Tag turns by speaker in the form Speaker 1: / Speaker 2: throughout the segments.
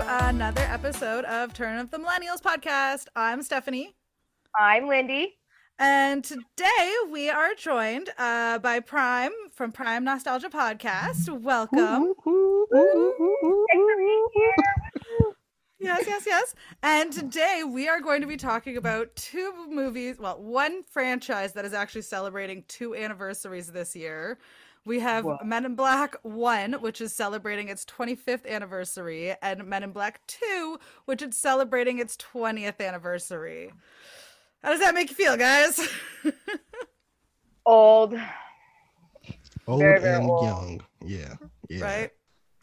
Speaker 1: another episode of Turn of the Millennials podcast. I'm Stephanie.
Speaker 2: I'm Lindy.
Speaker 1: And today we are joined uh, by Prime from Prime Nostalgia Podcast. Welcome. yes, yes, yes. And today we are going to be talking about two movies, well, one franchise that is actually celebrating two anniversaries this year. We have
Speaker 2: Whoa.
Speaker 1: Men in Black 1, which is celebrating its 25th anniversary, and Men in Black 2, which is celebrating its 20th anniversary. How does that make you feel, guys?
Speaker 2: Old,
Speaker 3: Old
Speaker 2: Very, very
Speaker 3: and
Speaker 2: old.
Speaker 3: young. Yeah. Yeah.
Speaker 1: Right?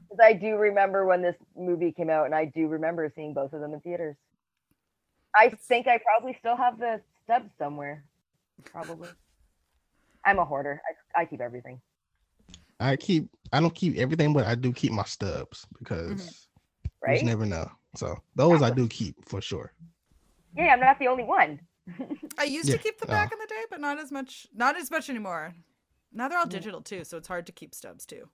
Speaker 2: 'Cause I do remember when this movie came out, and I do remember seeing both of them in theaters. I think I probably still have the stubs somewhere. Probably. I'm a hoarder. I, I keep everything.
Speaker 3: I keep I don't keep everything, but I do keep my stubs because you
Speaker 2: Mm-hmm. Right?
Speaker 3: just never know. So those I do keep for sure.
Speaker 2: yeah, I'm not the only one.
Speaker 1: I used to
Speaker 3: Yeah,
Speaker 1: keep them
Speaker 3: uh,
Speaker 1: back in the day, but not as much not as much anymore. Now they're all
Speaker 2: Yeah.
Speaker 1: digital too, so it's hard to keep stubs too.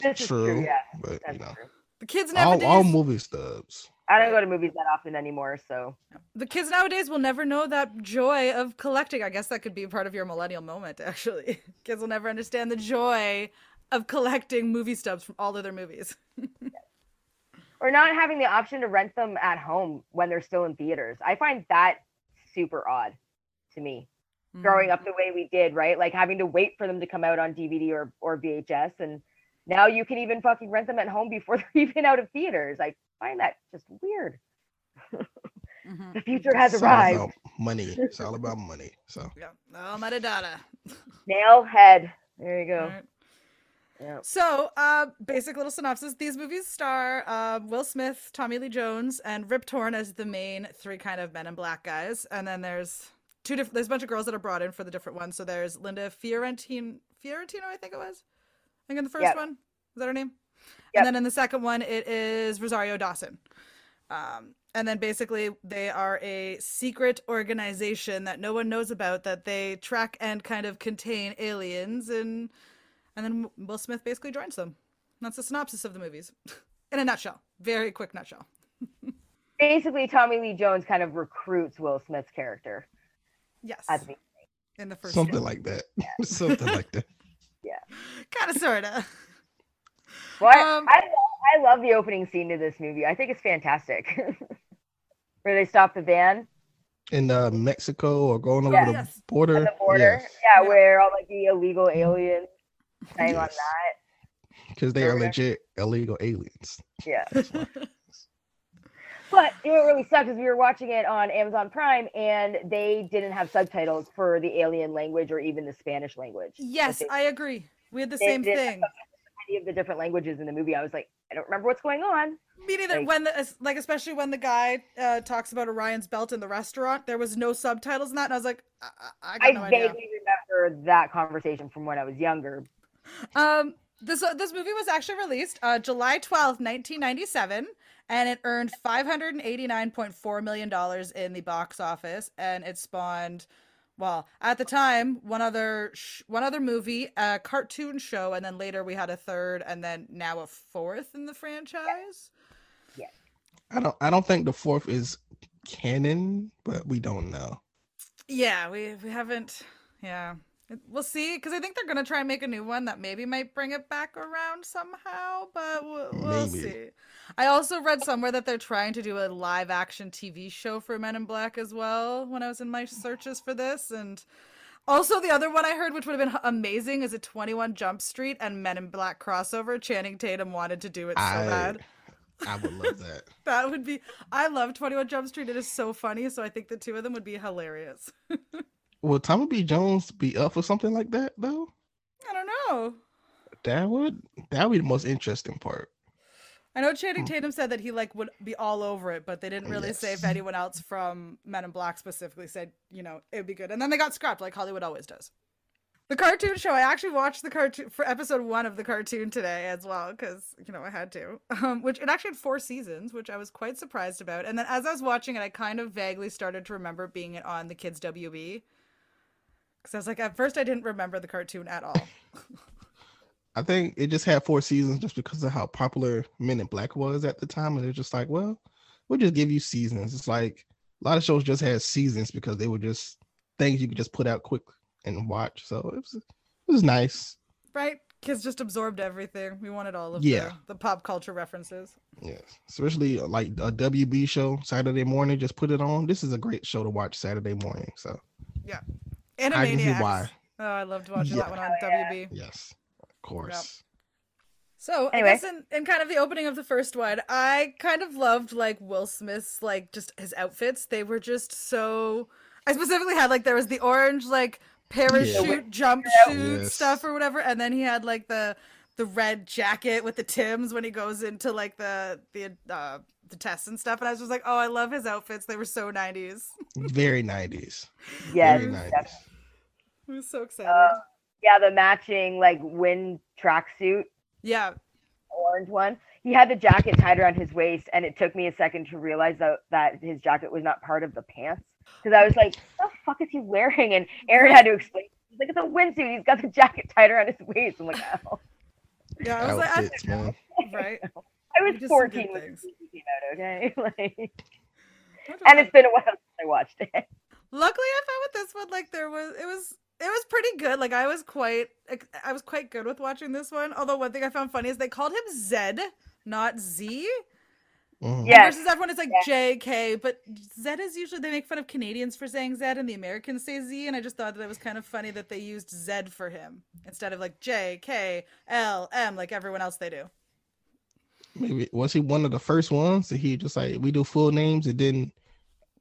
Speaker 2: This is true.
Speaker 3: True,
Speaker 2: Yeah,
Speaker 3: But
Speaker 2: that's
Speaker 3: you know,
Speaker 2: true.
Speaker 1: The kids
Speaker 3: all,
Speaker 1: nowadays
Speaker 3: all movie stubs.
Speaker 2: I don't go to movies that often anymore, so
Speaker 1: the kids nowadays will never know that joy of collecting. I guess that could be part of your millennial moment actually. kids will never understand the joy of collecting movie stubs from all of their movies.
Speaker 2: or not having the option to rent them at home when they're still in theaters. I find that super odd to me.
Speaker 1: Mm-hmm.
Speaker 2: growing up the way we did, right? Like having to wait for them to come out on DVD or or VHS, and now you can even fucking rent them at home before they're even out of theaters. I find that just weird.
Speaker 1: Mhm.
Speaker 2: The future has
Speaker 3: It's all
Speaker 2: arrived.
Speaker 3: about money. It's all about money. So
Speaker 1: Yeah. Oh, metadata.
Speaker 2: Nail head. There you
Speaker 1: All
Speaker 2: go.
Speaker 1: right.
Speaker 2: Yeah.
Speaker 1: So, uh, basic little synopsis. These movies star uh, Will Smith, Tommy Lee Jones, and Rip Torn as the main three kind of men in black guys. And then there's two different. There's a bunch of girls that are brought in for the different ones. So there's Linda Fiorentin Fiorentino, I think it was. I think in the first
Speaker 2: Yep.
Speaker 1: one is that her name.
Speaker 2: Yep.
Speaker 1: And then in the second one, it is Rosario Dawson. Um, and then basically, they are a secret organization that no one knows about that they track and kind of contain aliens and and then Will Smith basically joins them. That's the synopsis of the movies, in a nutshell. Very quick nutshell.
Speaker 2: Basically, Tommy Lee Jones kind of recruits Will Smith's character.
Speaker 1: Yes,
Speaker 2: At the,
Speaker 1: in the first
Speaker 3: something like that. something like that.
Speaker 1: kind of sorta.
Speaker 2: well, I-
Speaker 1: Um,
Speaker 2: I, love, I love the opening scene to this movie. I think it's fantastic. Where they stop the van
Speaker 3: In uh, Mexico or going over the
Speaker 1: Yes.
Speaker 3: border.
Speaker 2: on the border.
Speaker 3: Uh, yes,
Speaker 2: Yeah,
Speaker 1: Yeah.
Speaker 2: where all like the illegal aliens hang on
Speaker 3: Yes.
Speaker 2: that.
Speaker 3: Because they are
Speaker 2: Okay.
Speaker 3: legit illegal aliens.
Speaker 2: Yeah.
Speaker 3: That's why.
Speaker 2: But you know what really sucks is we were watching it on Amazon Prime and they didn't have subtitles for the alien language or even the Spanish language. Like,
Speaker 1: Yes,
Speaker 2: they-
Speaker 1: I agree. We had the
Speaker 2: they
Speaker 1: same
Speaker 2: did-
Speaker 1: thing.
Speaker 2: any of the different languages in the movie, I was like, I don't remember what's going on.
Speaker 1: Me neither.
Speaker 2: Like-
Speaker 1: when the es- like, especially when the guy uh, talks about Orion's belt in the restaurant, there was no subtitles in that, and I was like, I, I, I got
Speaker 2: I
Speaker 1: no idea.
Speaker 2: vaguely remember that conversation from when I was younger.
Speaker 1: Um, this this movie was actually released uh, July twelfth, nineteen ninety seven, and it earned five hundred and eighty nine point four million dollars in the box office, and it spawned, well, at the time, one other sh- one other movie, a cartoon show, and then later we had a third, and then now a fourth in the franchise.
Speaker 3: I don't I don't think the fourth is canon, but we don't know.
Speaker 1: Yeah, we we haven't. Yeah, It- we'll see because I think they're gonna try and make a new one that maybe might bring it back around somehow, but we'll, we'll
Speaker 3: Maybe.
Speaker 1: see. I also read somewhere that they're trying to do a live action TV show for Men in Black as well. When I was in my searches for this, and also the other one I heard, which would have been h- amazing, is a Twenty One Jump Street and Men in Black crossover. Channing Tatum wanted to do it so
Speaker 3: I
Speaker 1: bad.
Speaker 3: I would love that.
Speaker 1: That would be. I love Twenty One Jump Street. It is so funny. So I think the two of them would be hilarious.
Speaker 3: Will Tommy B. Jones be up for something like that though?
Speaker 1: I don't know.
Speaker 3: That would that would be the most interesting part.
Speaker 1: I know Channing
Speaker 3: Hmm.
Speaker 1: Tatum said that he like would be all over it, but they didn't really say if
Speaker 3: Yes.
Speaker 1: anyone else from Men in Black specifically said, you know, it would be good. And then they got scrapped like Hollywood always does. The cartoon show, I actually watched the cartoon for episode one of the cartoon today as well, because, you know, I had to. Um, which it actually had four seasons, which I was quite surprised about. And then as I was watching it, I kind of vaguely started to remember it being on the kids' E. WB. Because I was like, at first, I didn't remember the cartoon at all.
Speaker 3: I think it just had four seasons just because of how popular Men in Black was at the time, and they're just like, well, we'll just give you seasons. It's like a lot of shows just had seasons because they were just things you could just put out quick and watch. So it was it was nice.
Speaker 1: Right? Kids just absorbed everything. We wanted all of
Speaker 3: Yeah.
Speaker 1: the, the pop culture references.
Speaker 3: Yeah, especially uh, like a WB show Saturday morning. Just put it on. This is a great show to watch Saturday morning. So I can see
Speaker 1: Animaniacs.
Speaker 3: why.
Speaker 1: Oh, I loved watching that
Speaker 3: Yeah.
Speaker 1: one on
Speaker 2: Oh, yeah.
Speaker 1: WB.
Speaker 3: Yes, of course.
Speaker 1: So
Speaker 2: Anyway.
Speaker 1: I guess in, in kind of the opening of the first one, I kind of loved like Will Smith's like just his outfits. They were just so I specifically had like there was the orange like parachute jumpsuit
Speaker 3: Yes.
Speaker 1: stuff or whatever, and then he had like the the red jacket with the Tims when he goes into like the the uh the tests and stuff, and I was just like, oh, I love his outfits. They were so '90s.
Speaker 3: Very nineties.
Speaker 2: Yes.
Speaker 3: Very
Speaker 2: definitely.
Speaker 3: nineties.
Speaker 1: I was so excited.
Speaker 2: Uh, yeah, the matching like wind tracksuit,
Speaker 1: yeah,
Speaker 2: orange one. He had the jacket tied around his waist, and it took me a second to realize that, that his jacket was not part of the pants. Because I was like, what the fuck is he wearing? And Aaron had to explain. He's like, it's a windsuit. He's got the jacket tied around his waist. I'm like, oh.
Speaker 1: yeah. I was like, I,
Speaker 3: Outfits, man.
Speaker 1: right.
Speaker 2: I was
Speaker 1: Just some
Speaker 2: 14
Speaker 1: good
Speaker 2: when
Speaker 1: things.
Speaker 2: this movie came out, okay?
Speaker 1: I
Speaker 2: like,
Speaker 1: wonder
Speaker 2: and
Speaker 1: what-
Speaker 2: it's been a while since I watched it.
Speaker 1: luckily i found with this one like there was it was it was pretty good like i was quite like, i was quite good with watching this one although one thing i found funny is they called him zed not z
Speaker 3: Mhm.
Speaker 2: Yes.
Speaker 1: versus everyone it's like jk but zed is usually they make fun of canadians for saying zed and the americans say z and i just thought that it was kind of funny that they used zed for him instead of like j k l m like everyone else they do
Speaker 3: Maybe was he one of the first ones that he just like we do full names and then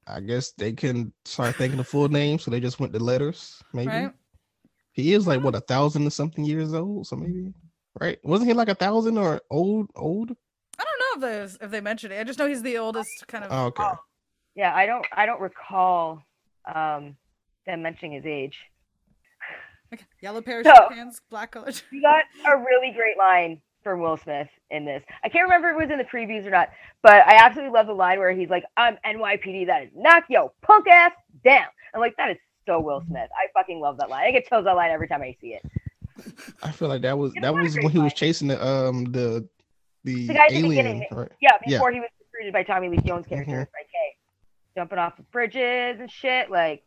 Speaker 3: I guess they couldn't start thinking of full names, so they just went to letters. Maybe
Speaker 1: right
Speaker 3: he is like what a thousand or something years old, so maybe right? Wasn't he like a thousand or old old?
Speaker 1: i don't know if there's if they mentioned it i just know he's the oldest kind of
Speaker 3: Oh, okay.
Speaker 2: Yeah, I don't I don't recall um them mentioning his age.
Speaker 1: like, yellow parachute
Speaker 2: So-
Speaker 1: pants black color
Speaker 2: We got a really great line from Will Smith in this. I can't remember if it was in the previews or not, but I absolutely love the line where he's like, I'm NYPD, that is knock yo punk ass down. I'm like, that is so Will
Speaker 1: Mm-hmm.
Speaker 2: Smith. I fucking love that line. I get chills that line every time I see it.
Speaker 3: I feel like that was
Speaker 2: It's
Speaker 3: that
Speaker 2: not a
Speaker 3: was
Speaker 2: great
Speaker 3: when he was
Speaker 2: fight.
Speaker 3: chasing the um the the,
Speaker 2: The guy at the
Speaker 3: alien,
Speaker 2: beginning.
Speaker 3: right?
Speaker 2: Yeah,
Speaker 3: Yeah.
Speaker 2: before he was recruited by Tommy Lee Jones' character,
Speaker 3: Mhm.
Speaker 2: like, hey, jumping off of bridges and shit. Like,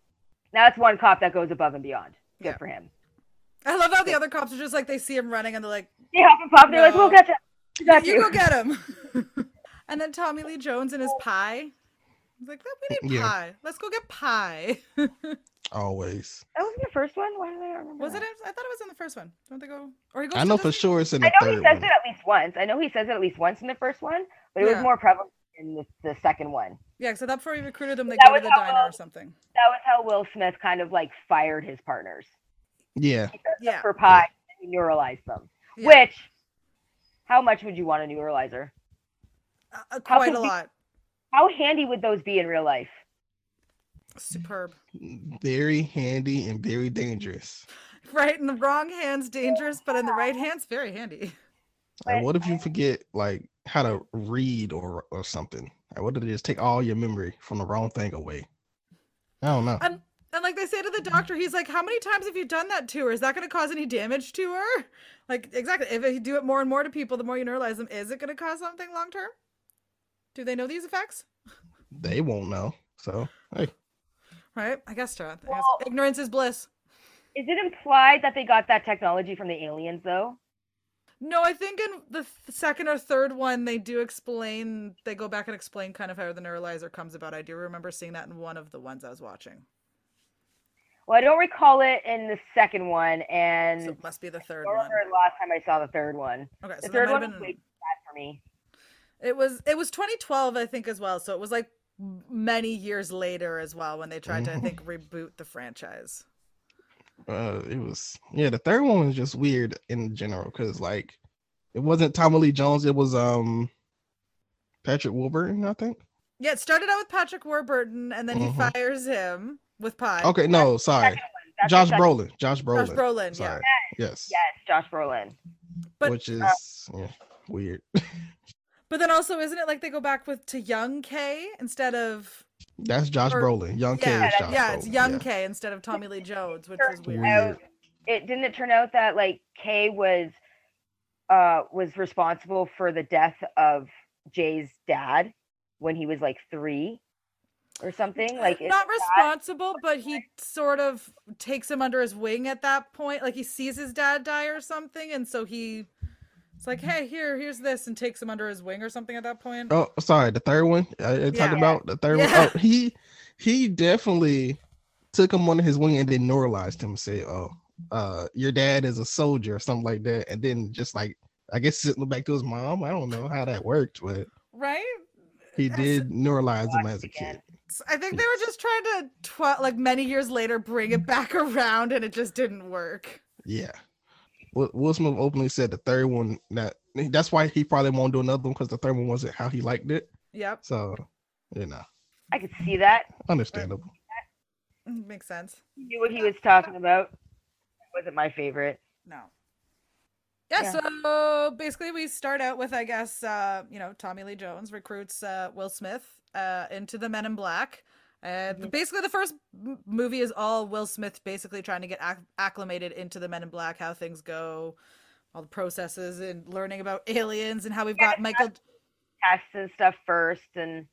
Speaker 2: now that's one cop that goes above and beyond. Good
Speaker 1: Yeah.
Speaker 2: for him.
Speaker 1: I love how the other cops are just like they see him running and they're like,
Speaker 2: They hop and pop. They're like,
Speaker 1: No.
Speaker 2: we'll catch up. We got
Speaker 1: "You go get him." and then Tommy Lee Jones and his pie. He's like, "Oh, "We need
Speaker 3: Yeah.
Speaker 1: pie. Let's go get pie."
Speaker 3: Always.
Speaker 2: That was in the first one. Why did I not remember?
Speaker 1: was it?
Speaker 2: that?
Speaker 1: In, I thought it was in the first one. Don't they go? Or he goes.
Speaker 3: I
Speaker 1: to
Speaker 3: know for
Speaker 1: Disney-
Speaker 3: sure it's in
Speaker 2: I
Speaker 3: the
Speaker 2: know he
Speaker 3: third
Speaker 2: says it
Speaker 3: one.
Speaker 2: at least once. I know he says it at least once in the first one, but it
Speaker 1: Yeah.
Speaker 2: was more prevalent in the, the second one.
Speaker 1: Yeah, because I thought before he recruited them, they
Speaker 2: That
Speaker 1: go to
Speaker 2: was
Speaker 1: the
Speaker 2: how
Speaker 1: diner or
Speaker 2: well-
Speaker 1: something.
Speaker 2: That was how Will Smith kind of like fired his partners
Speaker 3: Yeah,
Speaker 2: He served them
Speaker 1: Yeah.
Speaker 2: for pie and he neuralized them.
Speaker 1: Yeah.
Speaker 2: Which, how much would you want a neuralizer?
Speaker 1: Uh, uh, quite
Speaker 2: could
Speaker 1: a
Speaker 2: he-
Speaker 1: lot.
Speaker 2: How handy would those be in real life?
Speaker 1: Superb.
Speaker 3: very handy and very dangerous.
Speaker 1: Right in the wrong hands, dangerous, but in the right hands, very handy.
Speaker 3: Like,
Speaker 2: But
Speaker 3: what if you forget like how to read or or something? Like, what if they just take all your memory from the wrong thing away? I don't know.
Speaker 1: I'm- And like they say to the doctor, he's like, "How many times have you done that to her? Is that going to cause any damage to her?" Like exactly, if you do it more and more to people, the more you neuralize them, is it going to cause something long term? Do they know these effects?
Speaker 3: They won't know. So hey,
Speaker 1: Right? I guess so. I guess-
Speaker 2: Well-
Speaker 1: ignorance is bliss.
Speaker 2: Is it implied that they got that technology from the aliens though?
Speaker 1: No, I think in the th- second or third one they do explain. They go back and explain kind of how the neuralizer comes about. I do remember seeing that in one of the ones I was watching,
Speaker 2: Well, I don't recall it in the second one, and
Speaker 1: so it must be the third
Speaker 2: I
Speaker 1: one.
Speaker 2: remember the last time I saw the third one.
Speaker 1: Okay,
Speaker 2: The
Speaker 1: so that
Speaker 2: third
Speaker 1: might have
Speaker 2: one was
Speaker 1: been.
Speaker 2: way too bad for me.
Speaker 1: It was it was 2012, I think, as well. So it was like m- many years later as well when they tried to, I
Speaker 3: Mhm.
Speaker 1: think, reboot the franchise.
Speaker 3: uh, it was yeah. The third one was just weird in general because like it wasn't Tommy Lee Jones. It was um Patrick Wilburton, I think.
Speaker 1: Yeah, it started out with Patrick Warburton, and then he
Speaker 3: Mhm.
Speaker 1: fires him with Pie.
Speaker 3: Okay, no, sorry,
Speaker 2: Second one. That's the
Speaker 3: Josh
Speaker 2: second-
Speaker 3: Brolin. Josh Brolin.
Speaker 1: Josh Brolin.
Speaker 3: Sorry.
Speaker 1: Yeah,
Speaker 3: Yes. uh,
Speaker 2: Yes, Josh Brolin.
Speaker 1: but
Speaker 3: Which is yeah, weird.
Speaker 1: but then also, isn't it like they go back with to Young K instead of
Speaker 3: That's Josh
Speaker 1: or-
Speaker 3: Brolin. Young K
Speaker 1: yeah,
Speaker 3: is Josh
Speaker 1: yeah, it's
Speaker 3: Brolin,
Speaker 1: Young
Speaker 3: yeah.
Speaker 1: K instead of Tommy Lee Jones, which
Speaker 2: Sure.
Speaker 1: is weird.
Speaker 3: Weird.
Speaker 2: out- it didn't it turn out that like Kay was uh, was responsible for the death of Jay's dad when he was like three or something. Like, it's-
Speaker 1: not responsible, but he sort of takes him under his wing at that point. Like he sees his dad die or something, and so he it's like, hey, here, here's this, and takes him under his wing or something at that point.
Speaker 3: Oh, sorry, the third one I, I
Speaker 1: Yeah.
Speaker 3: talked about the third
Speaker 1: Yeah.
Speaker 3: one. Oh, he he definitely took him under his wing and then neuralized him. and Said, "Oh, uh, your dad is a soldier or something like that," and then just like I guess sent him back to his mom. I don't know how that worked, but
Speaker 1: Right?
Speaker 3: he
Speaker 1: That's-
Speaker 3: did neuralize him as a
Speaker 2: again.
Speaker 3: kid.
Speaker 1: So I think they were just trying to tw- like many years later bring it back around, and it just didn't work.
Speaker 3: Yeah. Will Will Smith openly said the third one that that's why he probably won't do another one because the third one wasn't how he liked it.
Speaker 1: Yep,
Speaker 3: So, you know,
Speaker 2: I could see that.
Speaker 3: understandable.
Speaker 1: makes sense.
Speaker 2: He knew what he was talking about. wasn't my favorite.
Speaker 1: No. Yeah,
Speaker 2: Yeah.
Speaker 1: so basically we start out with I guess uh, you know, Tommy Lee Jones recruits uh, Will Smith uh, into the Men in Black. Uh, th-
Speaker 2: Mhm.
Speaker 1: basically the first m- movie is all Will Smith basically trying to get acc- acclimated into the Men in Black, how things go, all the processes and learning about aliens and how we've
Speaker 2: Yeah,
Speaker 1: got Michael
Speaker 2: Tests and stuff first, and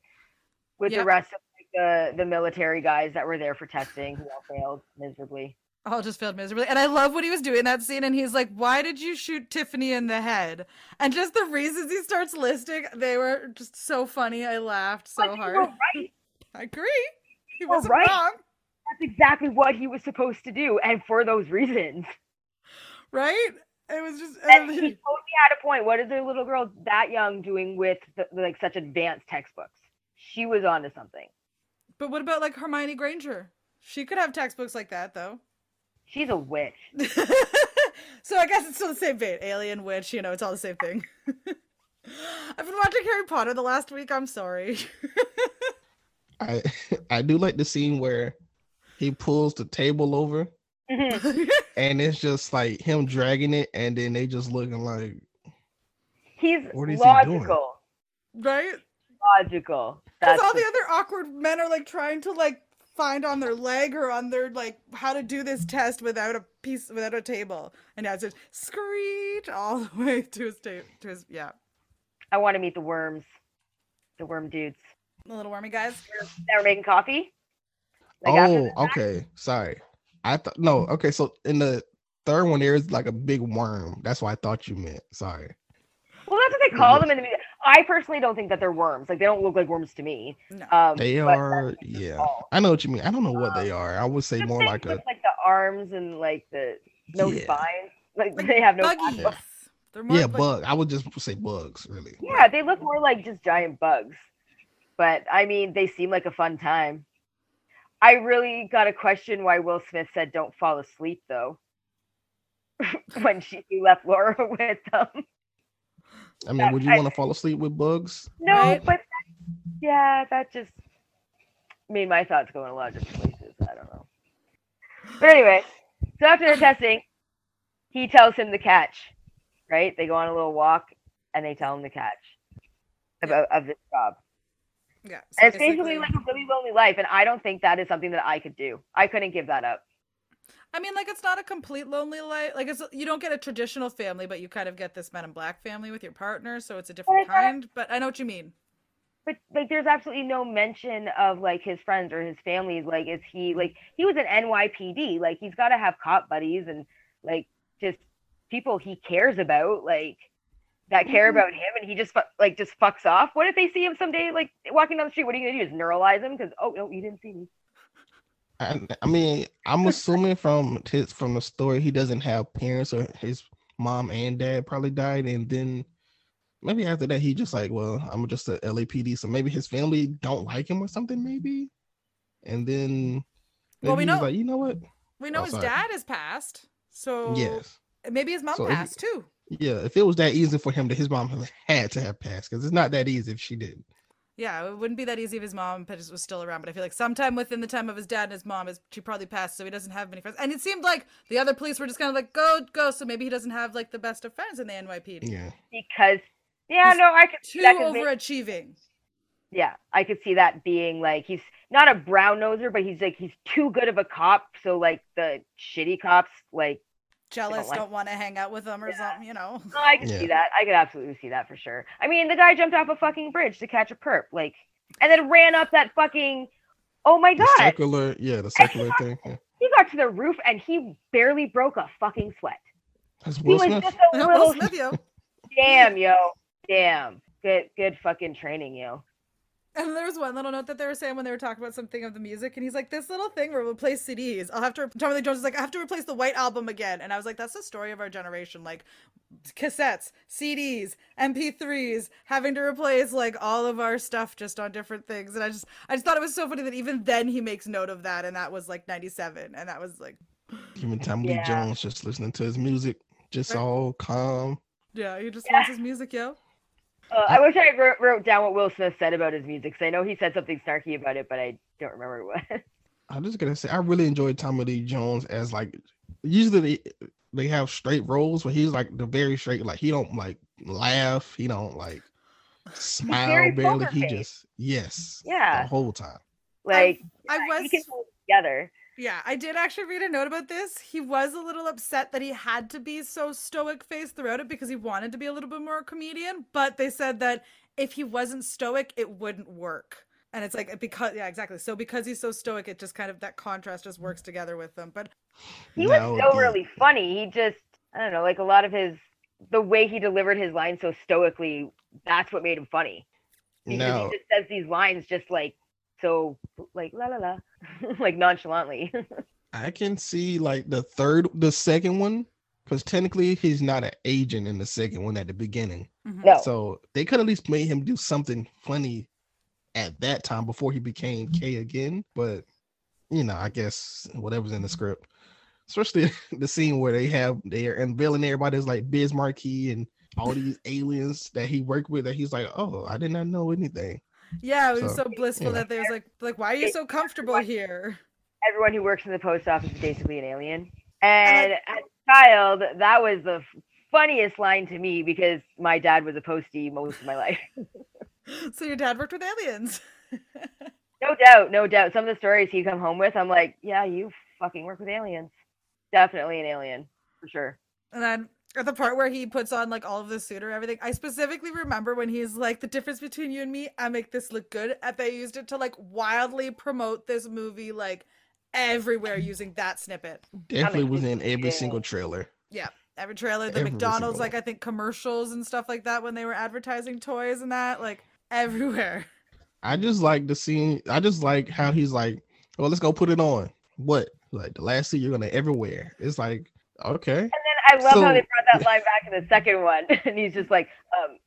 Speaker 2: with
Speaker 1: Yeah.
Speaker 2: the rest of like, the the military guys that were there for testing who all failed miserably.
Speaker 1: all just failed miserably. And I love what he was doing in that scene. And he's like, Why did you shoot Tiffany in the head? And just the reasons he starts listing, they were just so funny. I laughed
Speaker 2: But
Speaker 1: so
Speaker 2: they
Speaker 1: hard.
Speaker 2: were right.
Speaker 1: I agree. He
Speaker 2: were
Speaker 1: wasn't
Speaker 2: right.
Speaker 1: wrong,
Speaker 2: That's exactly what he was supposed to do, and for those reasons.
Speaker 1: right? It was just and
Speaker 2: And he totally
Speaker 1: then-
Speaker 2: had a point. What is a little girl that young doing with the, like such advanced textbooks? She was onto something.
Speaker 1: But what about like Hermione Granger? She could have textbooks like that though.
Speaker 2: She's a witch.
Speaker 1: so I guess it's still the same vein. Alien witch, you know, it's all the same thing. I've been watching Harry Potter the last week, I'm sorry.
Speaker 3: I I do like the scene where he pulls the table over
Speaker 1: Mm-hmm.
Speaker 2: Mhm.
Speaker 3: and it's just like him dragging it and then they just looking like
Speaker 2: He's
Speaker 3: What is he doing?
Speaker 2: logical.
Speaker 1: right?
Speaker 2: logical.
Speaker 1: Because
Speaker 2: That's
Speaker 1: all
Speaker 2: the-
Speaker 1: the other awkward men are like trying to like find on their leg or on their like how to do this test without a piece without a table. And as it screech all the way to his tape to his yeah.
Speaker 2: I want to meet the worms, the worm dudes
Speaker 1: The little wormy guys.
Speaker 2: that were making coffee. after
Speaker 3: oh
Speaker 2: the-
Speaker 3: okay sorry I thought no okay so in the third one there is like a big worm that's what I thought you meant sorry Oh.
Speaker 2: well, that's what they call them in the media. I personally don't think that they're worms. Like they don't look like worms to me.
Speaker 1: No.
Speaker 2: Um,
Speaker 3: they
Speaker 2: but
Speaker 3: are
Speaker 2: that's just uh, um,
Speaker 3: yeah
Speaker 2: all.
Speaker 3: I know what you mean I don't know what they are I would say
Speaker 2: The
Speaker 3: more
Speaker 2: things
Speaker 3: like a
Speaker 2: with, like the arms and like the no
Speaker 3: Yeah.
Speaker 2: spine. Like,
Speaker 1: Like
Speaker 2: they have no.
Speaker 1: Buggies.
Speaker 2: backbone.
Speaker 1: They're more
Speaker 3: yeah
Speaker 1: like-
Speaker 3: bug I would just say bugs really
Speaker 2: Yeah, they look more like just giant bugs. But I mean, they seem like a fun time. I really got a question why Will Smith said don't fall asleep though. when she he left Laura with them.
Speaker 3: I mean would you
Speaker 2: I-
Speaker 3: want to fall asleep with bugs
Speaker 2: No,
Speaker 1: Right.
Speaker 2: but that- yeah, that just made my thoughts go in a lot of different places. I don't know. But anyway, so after the testing, he tells him the catch, right? They go on a little walk and they tell him the catch of, of, of this job.
Speaker 1: Yeah. so
Speaker 2: And it's basically like a really lonely life, and I don't think that is something that I could do. I couldn't give that up.
Speaker 1: I mean, like it's not a complete lonely life. Like it's you don't get a traditional family, but you kind of get this men in black family with your partner, so it's a different
Speaker 2: it's not a-
Speaker 1: kind. But I know what you mean.
Speaker 2: But like, there's absolutely no mention of like his friends or his family. Like, is he like he was an NYPD? Like, he's got to have cop buddies and like just people he cares about, like that care
Speaker 1: Mhm.
Speaker 2: about him, and he just fu- like just fucks off. What if they see him someday, like walking down the street? What are you gonna do? Just neuralize him? Because oh no, you didn't see me.
Speaker 3: I, I mean, I'm assuming from his from the story, he doesn't have parents or his mom and dad probably died, and then maybe after that, he just like, well, I'm just a LAPD, so maybe his family don't like him or something, maybe, and then maybe
Speaker 1: Well, we
Speaker 3: he was
Speaker 1: know-
Speaker 3: like, you know what?
Speaker 1: We know
Speaker 3: Oh,
Speaker 1: his
Speaker 3: sorry.
Speaker 1: dad is passed, so
Speaker 3: Yes,
Speaker 1: maybe his mom
Speaker 3: So if you-
Speaker 1: passed too.
Speaker 3: yeah. If it was that easy for him, that his mom had to have passed, because it's not that easy if she did.
Speaker 1: Yeah, it wouldn't be that easy if his mom p- was still around, but I feel like sometime within the time of his dad and his mom is she probably passed, so he doesn't have many friends. And it seemed like the other police were just kind of like, "Go, go," so maybe he doesn't have like the best of friends in the NYPD.
Speaker 3: Yeah,
Speaker 2: Because yeah,
Speaker 1: He's
Speaker 2: no, I could
Speaker 1: Too
Speaker 2: see that 'cause they-
Speaker 1: overachieving.
Speaker 2: Yeah, I could see that being like he's not a brown noser, but he's like he's too good of a cop. So like the shitty cops like
Speaker 1: jealous,
Speaker 2: like
Speaker 1: don't want to hang out with them or
Speaker 2: Yeah.
Speaker 1: something, you know.
Speaker 2: No, I can
Speaker 3: Yeah.
Speaker 2: see that. I could absolutely see that for sure. I mean, the guy jumped off a fucking bridge to catch a perp, like, and then ran up that fucking. Oh my
Speaker 3: The
Speaker 2: god!
Speaker 3: circular, yeah, the circular thing. Yeah.
Speaker 2: He got to the roof and he barely broke a fucking sweat.
Speaker 3: That's
Speaker 2: He
Speaker 3: Will
Speaker 2: was
Speaker 3: Smith.
Speaker 2: just a
Speaker 1: Will
Speaker 2: little
Speaker 1: Smith, yo.
Speaker 2: damn, yo, damn. Good, good fucking training, yo.
Speaker 1: And there was one little note that they were saying when they were talking about something of the music, and he's like, "This little thing where we replace CDs. I'll have to." Tommy Lee Jones is like, "I have to replace the white album again," and I was like, "That's the story of our generation. Like, cassettes, CDs, MP3s, having to replace like all of our stuff just on different things." And I just, I just thought it was so funny that even then he makes note of that, and that was like '97, and that was like,
Speaker 3: Even Tommy Lee
Speaker 2: Yeah.
Speaker 3: Jones just listening to his music, just
Speaker 1: Right.
Speaker 3: all calm.
Speaker 1: yeah, he just wants his music, yo.
Speaker 2: Uh, I wish I wrote, wrote down what Will Smith said about his music. 'cause I know he said something snarky about it, but I don't remember what. it was.
Speaker 3: I'm just gonna say I really enjoyed Tommy Lee Jones as like usually they, they have straight roles, but he's like the very straight, like he don't like laugh, he don't like smile
Speaker 2: very
Speaker 3: barely.
Speaker 2: poker
Speaker 3: He
Speaker 2: face.
Speaker 3: just yes,
Speaker 2: Yeah.
Speaker 3: the whole time.
Speaker 2: Like
Speaker 1: I was
Speaker 2: he can hold it together.
Speaker 1: Yeah, I did actually read a note about this. He was a little upset that he had to be so stoic faced throughout it because he wanted to be a little bit more a comedian, but they said that if he wasn't stoic, it wouldn't work. And it's like because yeah, exactly. So because he's so stoic, it just kind of that contrast just works together with them. But
Speaker 2: He
Speaker 3: Now
Speaker 2: was so
Speaker 3: the-
Speaker 2: really funny. He just, I don't know, like a lot of his, the way he delivered his lines so stoically, that's what made him funny. Because
Speaker 3: now
Speaker 2: he just says these lines just like so, like la la la, like nonchalantly.
Speaker 3: I can see like the third the second one, because technically he's not an agent in the second one at the beginning.
Speaker 1: mm-hmm.
Speaker 2: no,
Speaker 3: So they could at least made him do something funny at that time before he became K again. But you know, I guess whatever's in the script, especially the scene where they have they are unveiling everybody's like Biz Markie and all these aliens that he worked with that he's like, oh, I did not know anything.
Speaker 1: yeah, it was so,
Speaker 3: So,
Speaker 1: blissful
Speaker 3: yeah.
Speaker 1: that they was like like why are you so comfortable here?
Speaker 2: everyone who works in the post office is basically an alien. And as a child, that was the f- funniest line to me because my dad was a postie most of my life.
Speaker 1: So your dad worked with aliens.
Speaker 2: No doubt, no doubt. Some of the stories he come home with, I'm like, yeah, you fucking work with aliens. Definitely an alien for sure.
Speaker 1: And then at the part where he puts on like all of the suit or everything, I specifically remember when he's like, "The difference between you and me, I make this look good." And they used it to like wildly promote this movie like everywhere using that snippet.
Speaker 3: Definitely
Speaker 2: mean,
Speaker 3: was in every
Speaker 2: yeah.
Speaker 3: single trailer.
Speaker 1: Every trailer, the
Speaker 3: Every
Speaker 1: McDonald's,
Speaker 3: single
Speaker 1: like I think commercials and stuff like that when they were advertising toys and that, like everywhere.
Speaker 3: I just like the scene. I just like how he's like, well, let's go put it on. What? Like the last scene you're gonna everywhere. It's like, okay.
Speaker 2: And I love how they
Speaker 3: So-
Speaker 2: brought that line back in the second one, and he's just like, um,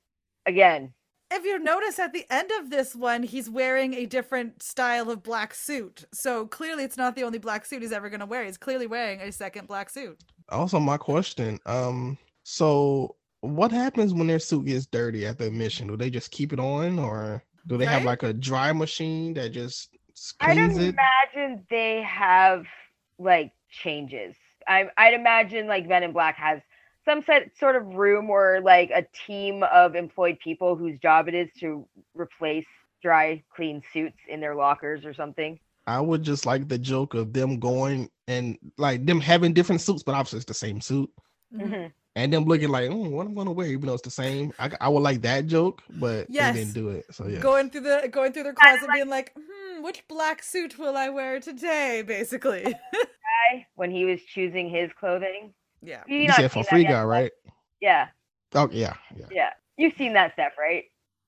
Speaker 2: again,
Speaker 1: If you notice at the end of this one, he's wearing a different style of black suit. So clearly, it's not the only black suit he's ever going to wear. He's clearly wearing a second black suit.
Speaker 3: Also, my question. Um, so what happens when their suit gets dirty at the admission? Do they just keep it on, or do they have
Speaker 1: Right?
Speaker 3: like a dry machine that just s-
Speaker 2: I'd
Speaker 3: cleans it?
Speaker 2: imagine they have like changes. I, I'd imagine like Men in Black has some set, sort of room or like a team of employed people whose job it is to replace dry, clean suits in their lockers or something.
Speaker 3: I would just like the joke of them going and like them having different suits, but obviously it's the same suit,
Speaker 1: Mhm.
Speaker 3: and them looking like, oh, what I'm gonna wear, even though it's the same. I, I would like that joke, but
Speaker 1: Yes.
Speaker 3: they didn't do it. So yeah.
Speaker 1: going through the going through their closet being like hmm which black suit will i wear today basically
Speaker 2: Guy, When he was choosing his clothing,
Speaker 1: yeah
Speaker 2: You
Speaker 3: You
Speaker 2: not
Speaker 3: said for
Speaker 2: seen that
Speaker 3: free
Speaker 2: yet?
Speaker 3: guy, right?
Speaker 2: Yeah,
Speaker 3: Oh yeah, yeah.
Speaker 2: yeah. You've seen that stuff, right?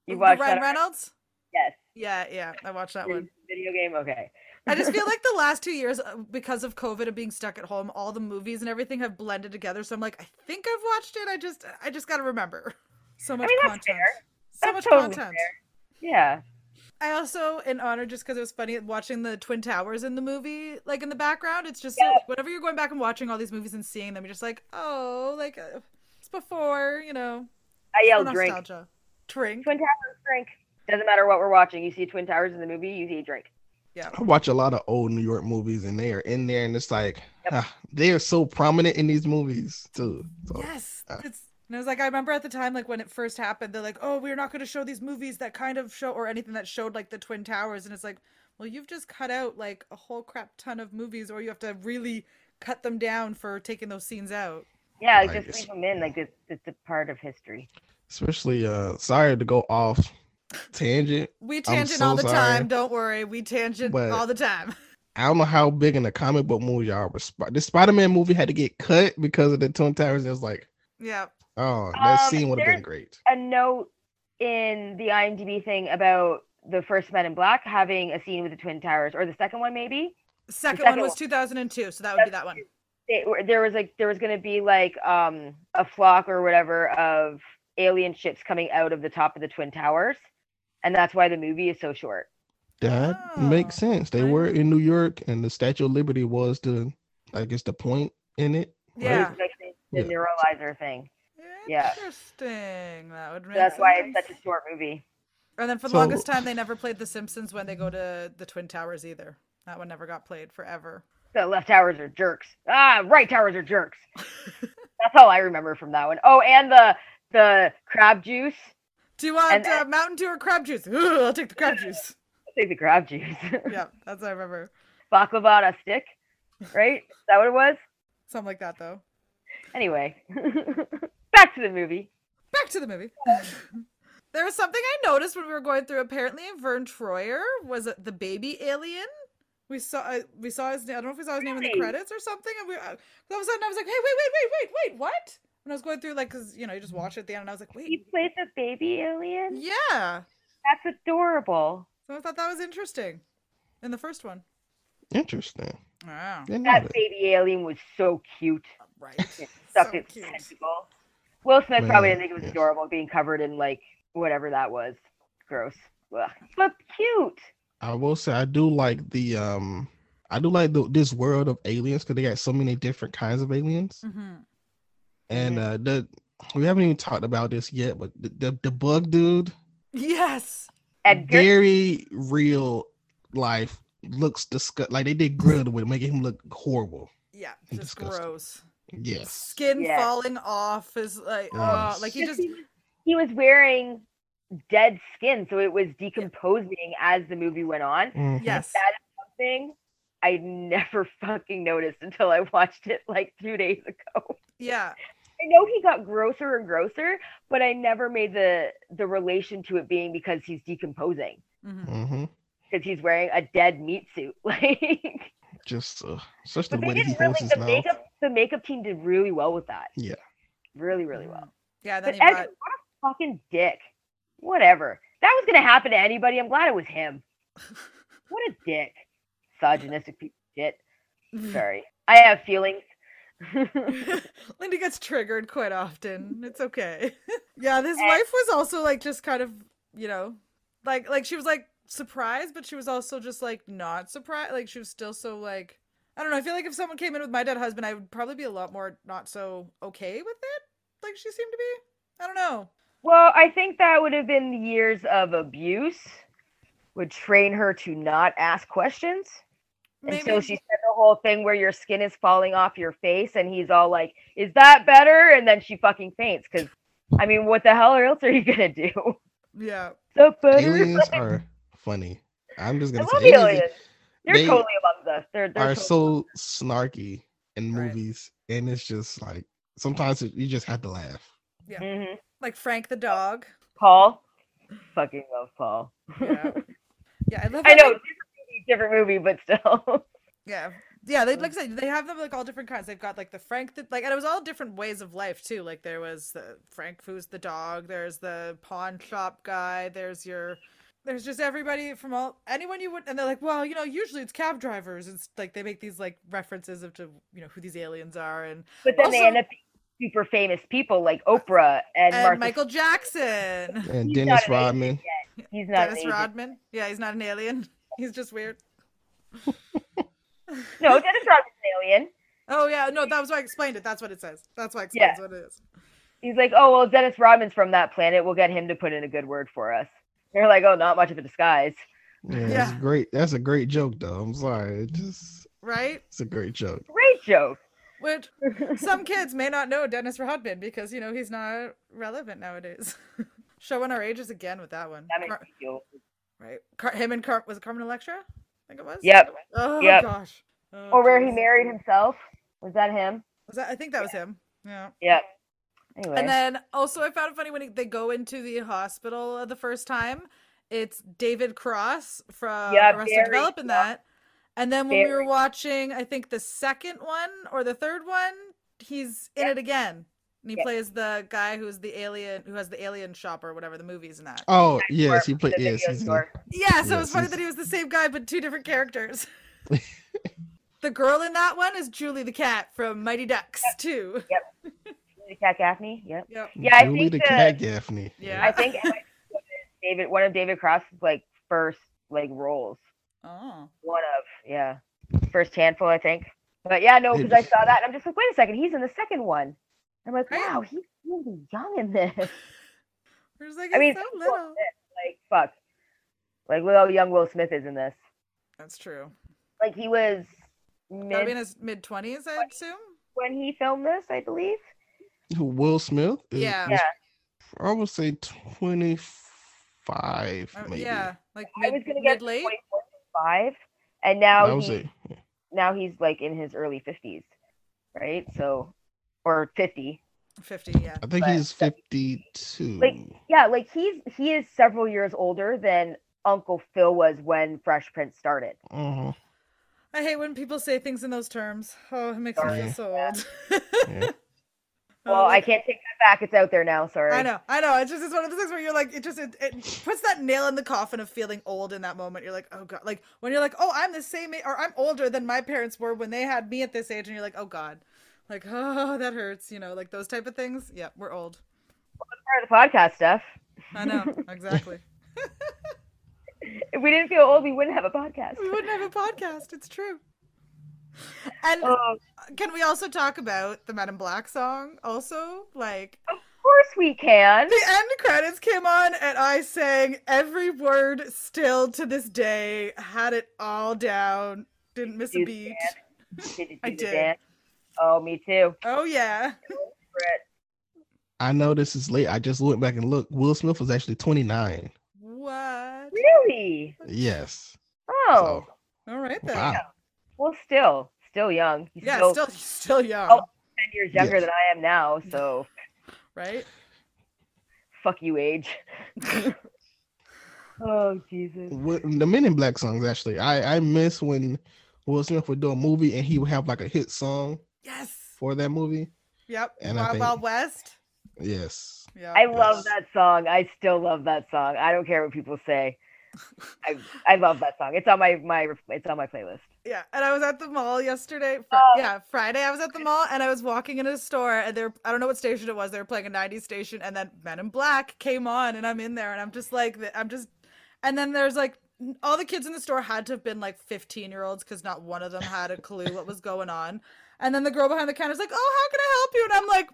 Speaker 2: You
Speaker 1: The
Speaker 2: watched
Speaker 1: ryan
Speaker 2: that
Speaker 1: reynolds
Speaker 2: Yes.
Speaker 1: yeah yeah i watched that one
Speaker 2: video game. Okay.
Speaker 1: i just feel like the last two years uh, because of covid and being stuck at home all the movies and everything have blended together so i'm like i think i've watched it i just i just gotta remember so much
Speaker 2: mean, that's
Speaker 1: content
Speaker 2: fair.
Speaker 1: so
Speaker 2: That's
Speaker 1: much
Speaker 2: totally
Speaker 1: content
Speaker 2: fair. Yeah.
Speaker 1: I also, in honor, just because it was funny watching the Twin Towers in the movie, like in the background, it's just
Speaker 2: Yeah.
Speaker 1: so, whenever you're going back and watching all these movies and seeing them, you're just like, oh, like uh, it's before, you know,
Speaker 2: I
Speaker 1: for
Speaker 2: yelled drink.
Speaker 1: nostalgia. Drink.
Speaker 2: Twin Towers drink. Doesn't matter what we're watching. You see Twin Towers in the movie, you see a drink.
Speaker 3: I watch a lot of old New York movies, and they are in there, and it's like
Speaker 2: Yep.
Speaker 3: ah, they are so prominent in these movies too. So
Speaker 1: Yes,
Speaker 3: Uh.
Speaker 1: it's. And I was like, I remember at the time, like when it first happened, they're like, oh, we're not going to show these movies that kind of show or anything that showed like the Twin Towers, and it's like, well, you've just cut out like a whole crap ton of movies, or you have to really cut them down for taking those scenes out.
Speaker 2: Yeah,
Speaker 3: Like,
Speaker 2: just
Speaker 3: it's-
Speaker 2: leave them in. Like it's, it's a part of history.
Speaker 3: Especially uh sorry to go off tangent.
Speaker 1: We tangent
Speaker 3: so
Speaker 1: all the time.
Speaker 3: sorry.
Speaker 1: Don't worry, we tangent
Speaker 3: But-
Speaker 1: all the time. I
Speaker 3: I don't know how big in the comic book movie y'all were Sp- the Spider-Man movie had to get cut because of the Twin Towers. It was like,
Speaker 1: Yeah,
Speaker 3: oh, that
Speaker 2: Um,
Speaker 3: scene would have been
Speaker 2: there's-
Speaker 3: great.
Speaker 2: a note in the IMDb thing about the first Men in Black having a scene with the Twin Towers, or the second one maybe.
Speaker 1: second,
Speaker 2: second
Speaker 1: one was
Speaker 2: one.
Speaker 1: 2002, so that would be that one.
Speaker 2: They, or there was like there was going to be like um a flock or whatever of alien ships coming out of the top of the Twin Towers, and that's why the movie is so short.
Speaker 3: That makes
Speaker 1: Oh,
Speaker 3: sense. They
Speaker 1: I
Speaker 3: were
Speaker 1: know.
Speaker 3: in New York, and the Statue of Liberty was the, I guess, the point in it.
Speaker 1: Yeah,
Speaker 2: It's like the, the
Speaker 3: Yeah.
Speaker 2: neuralizer thing. Yeah.
Speaker 1: Interesting. That would make
Speaker 2: So that's why it's
Speaker 1: sense.
Speaker 2: such a short movie.
Speaker 1: And then for the
Speaker 3: So-
Speaker 1: longest time, they never played The Simpsons when they go to the Twin Towers either. That one never got played forever.
Speaker 2: The left towers are jerks. Ah, right towers are jerks. that's all I remember from that one. Oh, and the the crab juice.
Speaker 1: Do you want
Speaker 2: And-
Speaker 1: uh, Mountain Dew or crab juice? Ooh, I'll take the crab juice.
Speaker 2: I think the crab juice.
Speaker 1: yeah, that's what I remember.
Speaker 2: baklava on a stick, right? Is that what it was?
Speaker 1: Something like that, though.
Speaker 2: Anyway, back to the movie.
Speaker 1: Back to the movie. there was something I noticed when we were going through. Apparently, Vern Troyer was uh, the baby alien. We saw uh, we saw his. na- I don't know if we saw his name in the
Speaker 2: Really?
Speaker 1: credits or something. And we uh, all of a sudden I was like, hey, wait, wait, wait, wait, wait, what? And I was going through like, cause you know you just watch it at the end, and I was like,
Speaker 2: He
Speaker 1: wait,
Speaker 2: played the baby alien.
Speaker 1: yeah.
Speaker 2: That's adorable.
Speaker 1: So I thought that was interesting. In the first one.
Speaker 3: Interesting.
Speaker 1: Wow.
Speaker 3: Didn't know
Speaker 2: That
Speaker 3: that.
Speaker 2: baby alien was so cute.
Speaker 1: Right.
Speaker 2: Stuffed
Speaker 1: so
Speaker 2: its
Speaker 1: cute.
Speaker 2: tentacle. Will Smith probably didn't
Speaker 3: Man,
Speaker 2: think it was
Speaker 3: yes.
Speaker 2: adorable being covered in like whatever that was. Gross. Ugh. But cute.
Speaker 3: I will say I do like the um I do like the, this world of aliens because they got so many different kinds of
Speaker 2: Mm-hmm.
Speaker 3: aliens.
Speaker 1: hmm
Speaker 3: And uh the we haven't even talked about this yet, but the the, the bug dude,
Speaker 1: Yes.
Speaker 2: Edgar.
Speaker 3: very real life looks disgust like they did good with making him look horrible.
Speaker 1: Yeah.
Speaker 3: And
Speaker 1: Just
Speaker 3: disgusting.
Speaker 1: gross.
Speaker 3: Yes.
Speaker 1: Skin
Speaker 2: Yeah.
Speaker 1: falling off is like, oh,
Speaker 3: Yes.
Speaker 1: like he just
Speaker 2: he, was, he was wearing dead skin, so it was decomposing as the movie went on.
Speaker 3: Mhm.
Speaker 1: yes.
Speaker 2: That is something I never fucking noticed until I watched it like two days ago.
Speaker 1: Yeah.
Speaker 2: I know he got grosser and grosser, but I never made the the relation to it being because he's decomposing,
Speaker 1: hmm
Speaker 3: Mhm.
Speaker 2: because he's wearing a dead meat suit. Like,
Speaker 3: Just uh, such the
Speaker 2: but they
Speaker 3: way that he
Speaker 2: didn't really.
Speaker 3: holds his
Speaker 2: The
Speaker 3: mouth.
Speaker 2: makeup the makeup team did really well with that.
Speaker 3: Yeah.
Speaker 2: really, really well.
Speaker 1: Yeah. and Then
Speaker 2: But
Speaker 1: he
Speaker 2: Edgar,
Speaker 1: got
Speaker 2: what a fucking dick. Whatever. That was gonna happen to anybody. I'm glad it was him. What a dick. Misogynistic piece of shit. Sorry. I have feelings.
Speaker 1: Linda gets triggered quite often. It's okay. yeah, his wife was also like just kind of, you know, like like she was like surprised, but she was also just like not surprised. Like she was still so like I don't know. I feel like if someone came in with my dead husband, I would probably be a lot more not so okay with it. Like she seemed to be. I don't know.
Speaker 2: well, I think that would have been the years of abuse would train her to not ask questions.
Speaker 1: Maybe
Speaker 2: And so she said the whole thing where your skin is falling off your face and he's all like, Is that better? And then she fucking faints because I mean, what the hell else are you gonna do? Is
Speaker 1: yeah.
Speaker 2: that better?
Speaker 3: Aliens are funny. I'm just
Speaker 2: I
Speaker 3: gonna
Speaker 2: love
Speaker 3: say aliens,
Speaker 2: aliens. They're
Speaker 3: they
Speaker 2: totally among us. They're, they're
Speaker 3: are
Speaker 2: totally-
Speaker 3: so snarky in
Speaker 1: Right.
Speaker 3: movies, and it's just like sometimes it, you just have to laugh.
Speaker 2: Mhm.
Speaker 1: Like Frank the dog.
Speaker 2: Paul. Fucking love Paul.
Speaker 1: Yeah. Yeah, I love
Speaker 2: I
Speaker 1: how
Speaker 2: know
Speaker 1: they-
Speaker 2: different movie, different movie, but still.
Speaker 1: Yeah. Yeah, they like I said, they have them like all different kinds. They've got like the Frank that like and it was all different ways of life too. Like there was the Frank who's the dog, there's the pawn shop guy, there's your there's just everybody from all anyone you would and they're like, Well, you know, usually it's cab drivers. It's like they make these like references of to you know who these aliens are and
Speaker 2: But then they
Speaker 1: Also-
Speaker 2: end up being super famous people like Oprah and,
Speaker 1: and
Speaker 2: Martha.
Speaker 1: Michael Jackson.
Speaker 3: And
Speaker 2: He's not
Speaker 3: Dennis
Speaker 2: an
Speaker 3: Rodman,
Speaker 2: He's not
Speaker 1: Dennis
Speaker 2: an alien.
Speaker 1: Rodman. Yeah, he's not an alien. He's just weird.
Speaker 2: No, Dennis Rodman's an alien.
Speaker 1: Oh yeah, no, that was why I explained it. That's what it says. That's why I explains what it is.
Speaker 2: He's like, oh well, Dennis Rodman's from that planet. We'll get him to put in a good word for us. They're like, oh, not much of a disguise.
Speaker 3: yeah,
Speaker 1: Yeah.
Speaker 3: It's great. That's a great joke, though. I'm sorry, it just
Speaker 1: Right?
Speaker 3: it's a great joke.
Speaker 2: Great joke.
Speaker 1: Which some kids may not know Dennis Rodman because you know he's not relevant nowadays. Showing our ages again with that one,
Speaker 2: That makes
Speaker 1: Car-
Speaker 2: me feel.
Speaker 1: right? Car- him and Car- was it Carmen Electra? I think it was.
Speaker 2: Yep.
Speaker 1: Oh
Speaker 2: Yep.
Speaker 1: gosh. Oh,
Speaker 2: Or where he
Speaker 1: geez.
Speaker 2: married himself. Was that him?
Speaker 1: Was that? I think that was him. Yeah.
Speaker 2: Yeah. Anyway.
Speaker 1: And then also, I found it funny when it- they go into the hospital the first time. It's David Cross from
Speaker 2: Yeah,
Speaker 1: Arrested
Speaker 2: Barry,
Speaker 1: Development
Speaker 2: yeah.
Speaker 1: that. And then when we were
Speaker 2: Barry.
Speaker 1: watching, I think the second one or the third one, he's in
Speaker 2: Yeah.
Speaker 1: it again, and he
Speaker 2: Yeah.
Speaker 1: plays the guy who's the alien who has the alien shop or whatever the movies and that.
Speaker 3: Oh
Speaker 2: Or
Speaker 3: yes, he played.
Speaker 2: the
Speaker 3: Yes,
Speaker 2: video
Speaker 3: he's in it.
Speaker 2: store.
Speaker 1: Yeah, so it
Speaker 3: Yes,
Speaker 1: was funny that
Speaker 3: he's-
Speaker 1: he was the same guy but two different characters. the girl in that one is Julie the cat from Mighty Ducks too.
Speaker 2: The Cat Gaffney. Yep.
Speaker 1: Yep.
Speaker 2: Yeah, I
Speaker 3: Julie
Speaker 2: think
Speaker 3: the
Speaker 2: the-
Speaker 3: Cat Gaffney.
Speaker 1: Yeah.
Speaker 2: I think David, one of David Cross's like first like roles.
Speaker 1: Oh.
Speaker 2: One of yeah, first handful I think. But yeah, no, because I saw that and I'm just like, wait a second, he's in the second one. I'm like,
Speaker 1: Right.
Speaker 2: wow, he's really young in this.
Speaker 1: It was like,
Speaker 2: I mean,
Speaker 1: it's so
Speaker 2: well,
Speaker 1: little.
Speaker 2: like fuck, like little young Will Smith is in this.
Speaker 1: That's true.
Speaker 2: Like he was
Speaker 1: Gotta be in
Speaker 2: mid
Speaker 1: his mid twenties, I assume.
Speaker 2: when he filmed this, I believe.
Speaker 3: Who, Will Smith? is-
Speaker 1: Yeah.
Speaker 3: was-
Speaker 2: Yeah.
Speaker 3: I would say twenty five,
Speaker 1: Or-
Speaker 3: maybe.
Speaker 1: Uh, yeah, like
Speaker 2: I was
Speaker 1: mid,
Speaker 2: gonna get
Speaker 1: mid late.
Speaker 2: five, and now
Speaker 3: I would
Speaker 2: he,
Speaker 3: say
Speaker 2: now he's like in his early fifties, right? So, or fifty.
Speaker 1: Fifty, yeah.
Speaker 3: I think
Speaker 2: but-
Speaker 3: he's fifty two.
Speaker 2: Yeah, like he's he is several years older than Uncle Phil was when Fresh Prince started.
Speaker 3: uh-huh.
Speaker 1: I hate when people say things in those terms. Oh, it makes me
Speaker 3: Yeah.
Speaker 1: feel so old.
Speaker 3: Yeah.
Speaker 1: Oh,
Speaker 2: Well, I
Speaker 1: like-
Speaker 2: can't take that back. It's out there now. Sorry.
Speaker 1: I know, I know. It's just it's one of those things where you're like, it just it, it puts that nail in the coffin of feeling old in that moment. You're like, oh god, like when you're like, oh, I'm the same a- or I'm older than my parents were when they had me at this age, and you're like, oh god, like oh that hurts, you know, like those type of things. Yeah, we're old.
Speaker 2: Part of the podcast stuff.
Speaker 1: I know exactly.
Speaker 2: If we didn't feel old, we wouldn't have a podcast.
Speaker 1: we wouldn't have a podcast. It's true. And
Speaker 2: Oh,
Speaker 1: can we also talk about the Men in Black song? Also, like
Speaker 2: of course we can.
Speaker 1: the end credits came on, and I sang every word still to this day. Had it all down. Didn't miss a
Speaker 2: You
Speaker 1: beat.
Speaker 2: Did you
Speaker 1: I
Speaker 2: do the
Speaker 1: did.
Speaker 2: dance? Oh, me too.
Speaker 1: Oh yeah.
Speaker 3: I know this is late. I just went back and looked. Will Smith was actually twenty nine.
Speaker 1: What?
Speaker 2: Really?
Speaker 3: Yes.
Speaker 2: Oh,
Speaker 3: So,
Speaker 1: All right then.
Speaker 3: wow.
Speaker 2: well, still, still young. He's
Speaker 1: Yeah,
Speaker 2: still,
Speaker 1: still still young,
Speaker 2: Oh. 10 years younger
Speaker 3: Yes.
Speaker 2: than I am now. So,
Speaker 1: right?
Speaker 2: fuck you, age. oh, Jesus.
Speaker 3: Wi- the Men in Black songs actually. I I miss when Will Smith would do a movie and he would have like a hit song
Speaker 1: Yes.
Speaker 3: for that movie.
Speaker 1: Yep.
Speaker 3: And I
Speaker 1: Wild
Speaker 3: think-
Speaker 1: Wild West.
Speaker 3: Yes.
Speaker 1: Yeah.
Speaker 2: I love
Speaker 3: Yes.
Speaker 2: that song. I still love that song. I don't care what people say. I I love that song. It's on my my it's on my playlist.
Speaker 1: Yeah, and I was at the mall yesterday. Fr-
Speaker 2: Oh.
Speaker 1: Yeah, Friday I was at the mall and I was walking in a store and they're I don't know what station it was. They were playing a 90s station and then Men in Black came on and I'm in there and I'm just like th- I'm just and then there's like n- all the kids in the store had to have been like 15 year olds because not one of them had a clue what was going on. And then the girl behind the counter's like, "Oh, how can I help you?" And I'm like,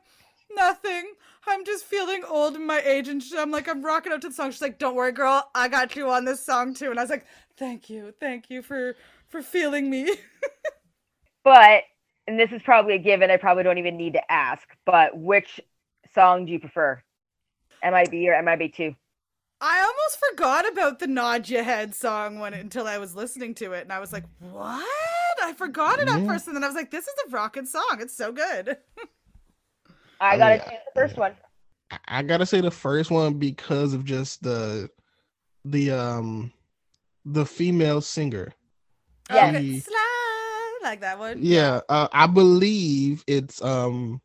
Speaker 1: "Nothing. I'm just feeling old in my age." And sh- I'm like, "I'm rocking out to the song." She's like, "Don't worry, girl. I got you on this song too." And I was like, "Thank you, thank you for for feeling me."
Speaker 2: But and this is probably a given. I probably don't even need to ask. But which song do you prefer? MIB or MIB two?
Speaker 1: I almost forgot about the Nod Your Head song when until I was listening to it, and I was like, "What?" I forgot it at
Speaker 3: Yeah.
Speaker 1: first, and then I was like, "This is a rockin' song. It's so good."
Speaker 2: I
Speaker 3: Oh,
Speaker 2: gotta
Speaker 3: yeah.
Speaker 2: choose the first
Speaker 3: Yeah.
Speaker 2: one.
Speaker 3: I, I gotta say the first one because of just the the um the female singer.
Speaker 2: Yeah.
Speaker 1: Okay.
Speaker 3: She-
Speaker 1: Slide like that one.
Speaker 3: Yeah, uh, I believe it's um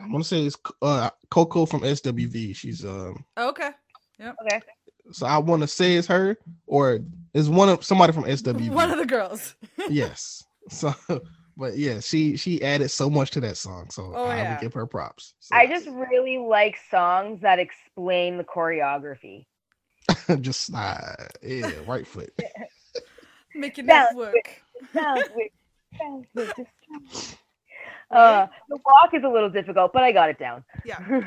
Speaker 3: I'm gonna say it's uh Coco from SWV. She's um
Speaker 1: Okay.
Speaker 2: Okay.
Speaker 3: so I wanna say it's her or it's one of somebody from SWV.
Speaker 1: One of the girls.
Speaker 3: yes. So but yeah, she she added so much to that song. So
Speaker 1: Oh,
Speaker 3: I
Speaker 1: yeah.
Speaker 3: would give her props. So,
Speaker 2: I just really like songs that explain the choreography.
Speaker 3: just slide. Yeah, right foot.
Speaker 1: Making
Speaker 2: Yeah.
Speaker 1: that work.
Speaker 2: Sounds weird. Sounds weird. Just- Uh, the walk is a little difficult, but I got it down.
Speaker 1: Yeah. All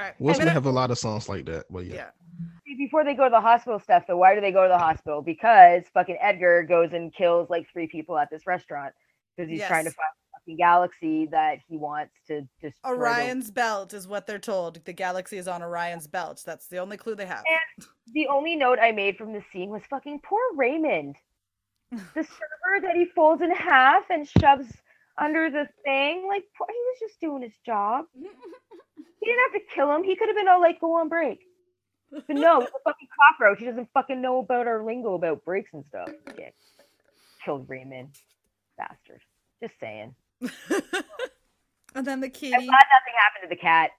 Speaker 1: right.
Speaker 3: Will
Speaker 1: I'm
Speaker 3: Smith
Speaker 1: gonna-
Speaker 3: have a lot of songs like that, but yeah.
Speaker 1: yeah.
Speaker 2: See, before they go to the hospital stuff though why do they go to the hospital because fucking edgar goes and kills like three people at this restaurant because he's trying to
Speaker 1: Yes.
Speaker 2: find a fucking galaxy that he wants to destroy the-
Speaker 1: Orion's belt is what they're told. The galaxy is on Orion's belt. That's the only clue they have.
Speaker 2: the only note i made from the scene was fucking poor raymond the server that he folds in half and shoves under the thing. Like poor, he was just doing his job. He didn't have to kill him. He could have been all like, go on break. But no, he's a fucking cockroach. He doesn't fucking know about our lingo about breaks and stuff. Dick. Killed Raymond. Bastard. Just saying.
Speaker 1: and then the kitty.
Speaker 2: I'm glad nothing happened to the cat.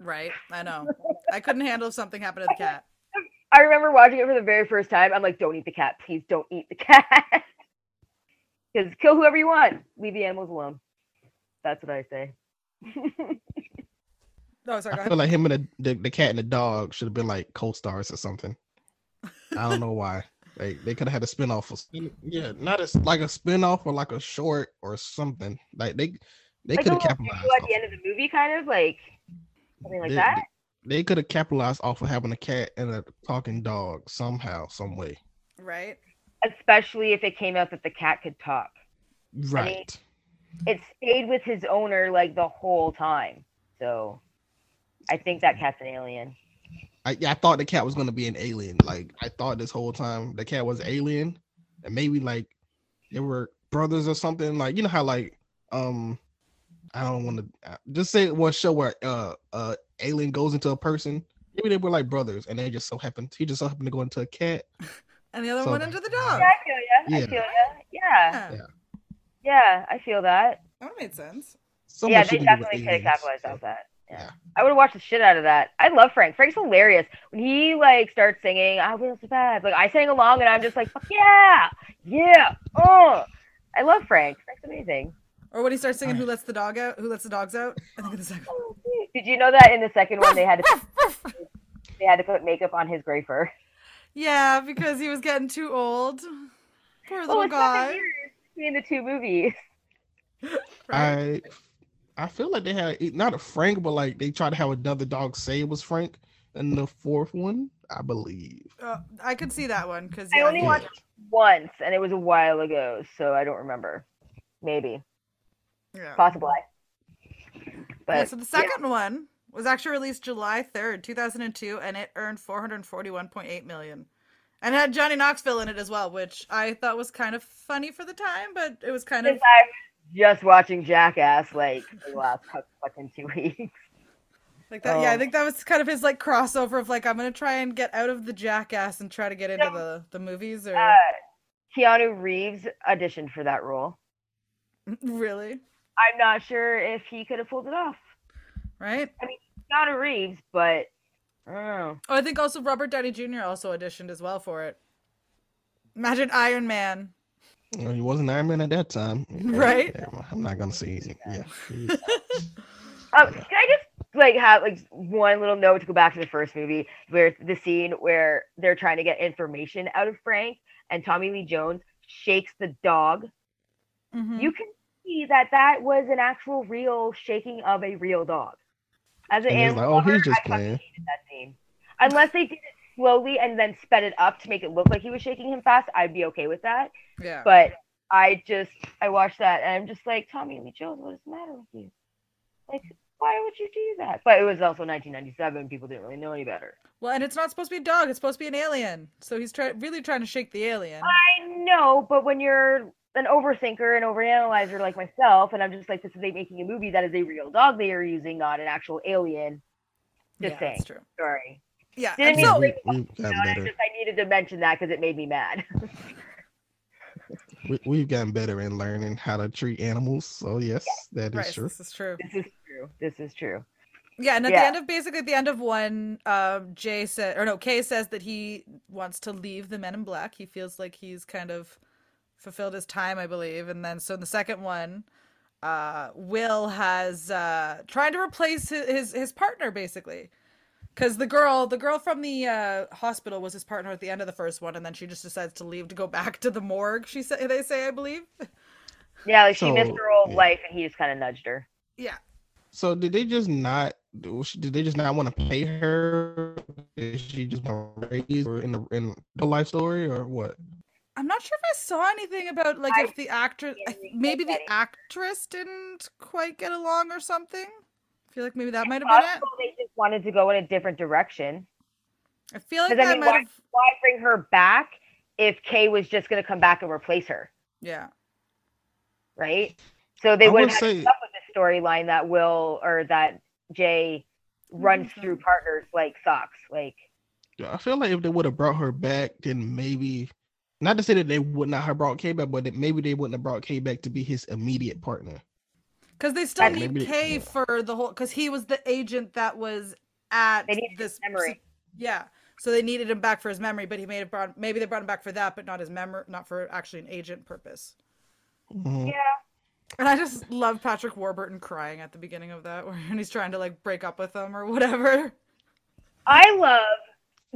Speaker 1: Right. I know. I couldn't handle if something happened to the cat.
Speaker 2: I remember watching it for the very first time. I'm like, don't eat the cat. Please don't eat the cat. Because kill whoever you want. Leave the animals alone. That's what I say.
Speaker 1: Oh, sorry. Go
Speaker 3: I
Speaker 1: ahead.
Speaker 3: feel like him and the, the, the cat and the dog should have been like co-stars or something. I don't know why. Like they could have had a spinoff. Or, something. yeah, not as like a spinoff or like a short or something. Like they they
Speaker 2: like a
Speaker 3: could have
Speaker 2: little
Speaker 3: capitalized.
Speaker 2: visual at
Speaker 3: off-
Speaker 2: the end of the movie, kind of like something like
Speaker 3: they,
Speaker 2: that.
Speaker 3: They, could have capitalized off of having a cat and a talking dog somehow, some way.
Speaker 1: Right.
Speaker 2: Especially if it came out that the cat could talk.
Speaker 3: Right.
Speaker 2: It stayed with his owner like the whole time. So I think that cat's an alien.
Speaker 3: I, yeah, I thought the cat was gonna be an alien. Like I thought this whole time the cat was alien, and maybe like they were brothers or something. Like you know how like um I don't want to just say one show where uh uh alien goes into a person. Maybe they were like brothers, and they just so happened he just so happened to go into a cat.
Speaker 1: And the other
Speaker 3: So-
Speaker 1: one under the dog.
Speaker 2: Yeah, I feel ya. I
Speaker 3: Yeah.
Speaker 2: feel ya. Yeah.
Speaker 1: Yeah.
Speaker 2: Yeah, I feel that.
Speaker 1: That made sense.
Speaker 3: So
Speaker 2: yeah,
Speaker 3: much
Speaker 2: they
Speaker 3: you can do with
Speaker 2: definitely could have capitalized
Speaker 3: aliens. Yeah.
Speaker 2: off that. Yeah.
Speaker 3: Yeah.
Speaker 2: I would have watched the shit out of that. I love Frank. Frank's hilarious. When he like starts singing, I will survive. Like I sang along and I'm just like, fuck yeah, yeah, oh. I love Frank. Frank's amazing.
Speaker 1: Or when he starts singing
Speaker 3: Alright.
Speaker 1: Who Lets the Dog Out? Who Lets the Dogs Out? I think it's the second
Speaker 2: Did you know that in the second one they had to they had to put makeup on his gray fur?
Speaker 1: Yeah, because he was getting too old. Poor little
Speaker 2: Oh, it's seven
Speaker 1: guy.
Speaker 2: years between the two movies.
Speaker 1: Right.
Speaker 3: I I feel like they had not a Frank, but like they tried to have another dog say it was Frank in the fourth one, I believe.
Speaker 1: Uh, I could see that one because
Speaker 2: I only
Speaker 1: yeah.
Speaker 2: watched Once, and it was a while ago, so I don't remember. Maybe,
Speaker 1: yeah.
Speaker 2: possibly. But
Speaker 1: Yeah, so the second one was actually released July third, two thousand and two, and it earned four hundred forty-one point eight million, and it had Johnny Knoxville in it as well, which I thought was kind of funny for the time, but it was kind of
Speaker 2: Since I'm just watching Jackass like for the last cou- fucking two weeks.
Speaker 1: like that. Yeah, I
Speaker 2: Oh.
Speaker 1: think that was kind of his like crossover of like I'm gonna try and get out of the jackass and try to get into
Speaker 2: Yeah.
Speaker 1: the the movies or
Speaker 2: Uh, Keanu Reeves auditioned for that role.
Speaker 1: really
Speaker 2: I'm not sure if he could have pulled it off.
Speaker 1: right.
Speaker 2: Keanu Reeves, but I don't know.
Speaker 1: Oh, I think also Robert Downey Jr. also auditioned as well for it. Imagine Iron Man.
Speaker 3: You know, he wasn't Iron Man at that time, Yeah,
Speaker 1: Right.
Speaker 3: never mind. I'm not gonna say it. Yeah, he's-
Speaker 2: Um, can I just like have like one little note to go back to the first movie where the scene where they're trying to get information out of Frank and Tommy Lee Jones shakes the dog.
Speaker 1: Mhm.
Speaker 3: Mm-hmm.
Speaker 2: You can see that that was an actual real shaking of a real dog. As an
Speaker 3: And he's
Speaker 2: animal
Speaker 3: like, oh, he's
Speaker 2: lover,
Speaker 3: just
Speaker 2: I fucking
Speaker 3: playing.
Speaker 2: hated that scene. Unless they did it slowly and then sped it up to make it look like he was shaking him fast, I'd be okay with that.
Speaker 1: yeah.
Speaker 2: But I just I watched that and I'm just like, Tommy Lee Jones, what is the matter with you? Like, why would you do that? But it was also 1997. People didn't really know any better.
Speaker 1: Well, and it's not supposed to be a dog. It's supposed to be an alien. So he's try- really trying to shake the alien.
Speaker 2: I know, but when you're an overthinker and overanalyzer like myself, and I'm just like, this is they making a movie that is a real dog they are using, not an actual alien. Just
Speaker 1: yeah,
Speaker 2: saying.
Speaker 1: that's true.
Speaker 2: Sorry.
Speaker 1: Yeah.
Speaker 2: Didn't
Speaker 1: and
Speaker 2: mean
Speaker 1: so,
Speaker 2: to
Speaker 3: we, we've gotten
Speaker 2: I
Speaker 3: better.
Speaker 2: just I needed to mention that because it made me mad.
Speaker 3: We, we've gotten better in learning how to treat animals. So yes, that
Speaker 1: right,
Speaker 3: is true.
Speaker 1: this is true.
Speaker 2: this is true. This is true.
Speaker 1: Yeah, and at the
Speaker 2: Yeah.
Speaker 1: end of basically at the end of one, um, Jay said or no, Kay says that he wants to leave the Men in Black. He feels like he's kind of fulfilled his time, I believe. And then so in the second one, uh, Will has uh, trying to replace his his, his partner basically. Because the girl, the girl from the uh, hospital, was his partner at the end of the first one, and then she just decides to leave to go back to the morgue. She said, they say, I believe.
Speaker 2: Yeah, like she missed
Speaker 3: So,
Speaker 2: her old
Speaker 3: yeah.
Speaker 2: life, and he just kind of nudged her.
Speaker 1: Yeah,
Speaker 3: So did they just not? was she- Did they just not want to pay her? Is she just want to raise her in the in the life story or what?
Speaker 1: I'm not sure if I saw anything about like
Speaker 2: I
Speaker 1: if the actress,
Speaker 2: didn't read
Speaker 1: maybe the
Speaker 2: that
Speaker 1: actress didn't quite get along or something. I feel like maybe that might have been
Speaker 2: Possible they just wanted to go in a different direction.
Speaker 1: it. I feel like
Speaker 2: 'Cause I
Speaker 1: that
Speaker 2: mean,
Speaker 1: might have.
Speaker 2: Why bring her back if Kay was just going to come back and replace her,
Speaker 1: Yeah,
Speaker 2: right? So they
Speaker 3: I
Speaker 2: would have
Speaker 3: will
Speaker 2: had to
Speaker 3: say-
Speaker 2: come up with a storyline that will or that Jay runs
Speaker 1: Okay.
Speaker 2: through partners like socks. Like
Speaker 3: Yeah, I feel like if they would have brought her back, then maybe not to say that they would not have brought K back, but that maybe they wouldn't have brought K back to be his immediate partner.
Speaker 1: Because they still
Speaker 2: That's-
Speaker 1: need
Speaker 3: Maybe-
Speaker 1: K
Speaker 3: yeah.
Speaker 1: for the whole. Because he was the agent that was at
Speaker 2: They needed
Speaker 1: this
Speaker 2: memory.
Speaker 1: Yeah, so they needed him back for his memory, but he may have brought. Maybe they brought him back for that, but not his memory, not for actually an agent purpose.
Speaker 3: Mhm.
Speaker 2: Yeah.
Speaker 1: And I just love Patrick Warburton crying at the beginning of that, when he's trying to like break up with them or whatever.
Speaker 2: I love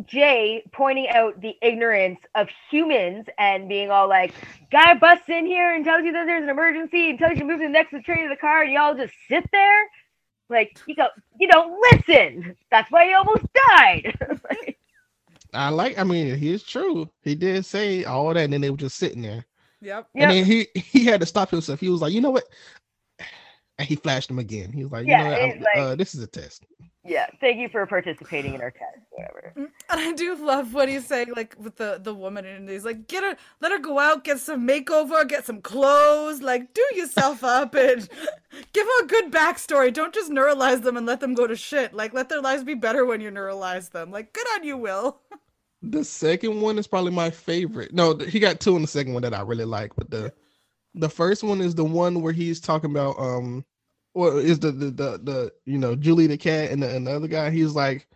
Speaker 2: Jay pointing out the ignorance of humans and being all like, guy busts in here and tells you that there's an emergency and tells you to move to the next train to the car and y'all just sit there. Like you go, you don't listen. That's why you almost died.
Speaker 3: I like. I mean, he is true. He did say all that, and then they were just sitting there.
Speaker 1: Yep.
Speaker 2: Yeah.
Speaker 3: And then he he had to stop himself. He was like, you know what? And he flashed him again. He was like, you
Speaker 2: Yeah,
Speaker 3: know, what?
Speaker 2: it
Speaker 3: I'm-
Speaker 2: was like-
Speaker 3: uh, this is a test.
Speaker 2: yeah. Thank you for participating in our test. Whatever.
Speaker 1: Mm, And I do love what he's saying, like with the the woman, and he's like, "Get her, let her go out, get some makeover, get some clothes, like do yourself up, and give her a good backstory. Don't just neuralize them and let them go to shit. Like let their lives be better when you neuralize them. Like good on you, Will.
Speaker 3: The second one is probably my favorite. No, th- he got two in the second one that I really like, but the the first one is the one where he's talking about um well is the the the, the you know Julie the cat and the, and the other guy he's like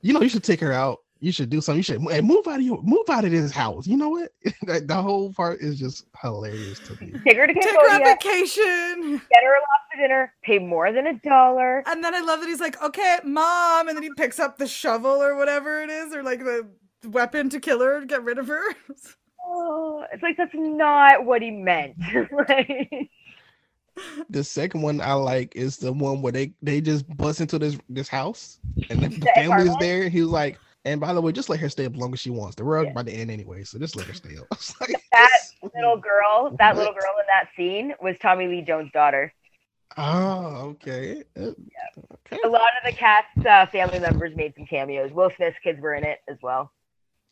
Speaker 3: you know you should take her out you should do something you should hey, move out of your move out of this house you know what that, the whole part is just hilarious to me
Speaker 2: Take her to
Speaker 1: Take her on
Speaker 2: Cambodia,
Speaker 1: vacation."
Speaker 2: get her a lobster dinner, pay more than a dollar.
Speaker 1: And then I love that he's like, "Okay, mom," and then he picks up the shovel or whatever it is, or like the weapon to kill her and get rid of her.
Speaker 2: Oh, it's like that's not what he meant. like,
Speaker 3: the second one I like is the one where they they just bust into this this house and the, the
Speaker 2: The
Speaker 3: family is
Speaker 2: apartment?
Speaker 3: there. He was like, and by the way, just let her stay up long as she wants. The world by the end anyway, so just let her stay up. I was like,
Speaker 2: That
Speaker 3: this-
Speaker 2: little girl, that little
Speaker 3: What?
Speaker 2: girl in that scene was Tommy Lee Jones' daughter.
Speaker 3: Oh, okay. Uh, okay.
Speaker 2: A lot of the cast's uh, family members made some cameos. Will Smith's kids were in it as well.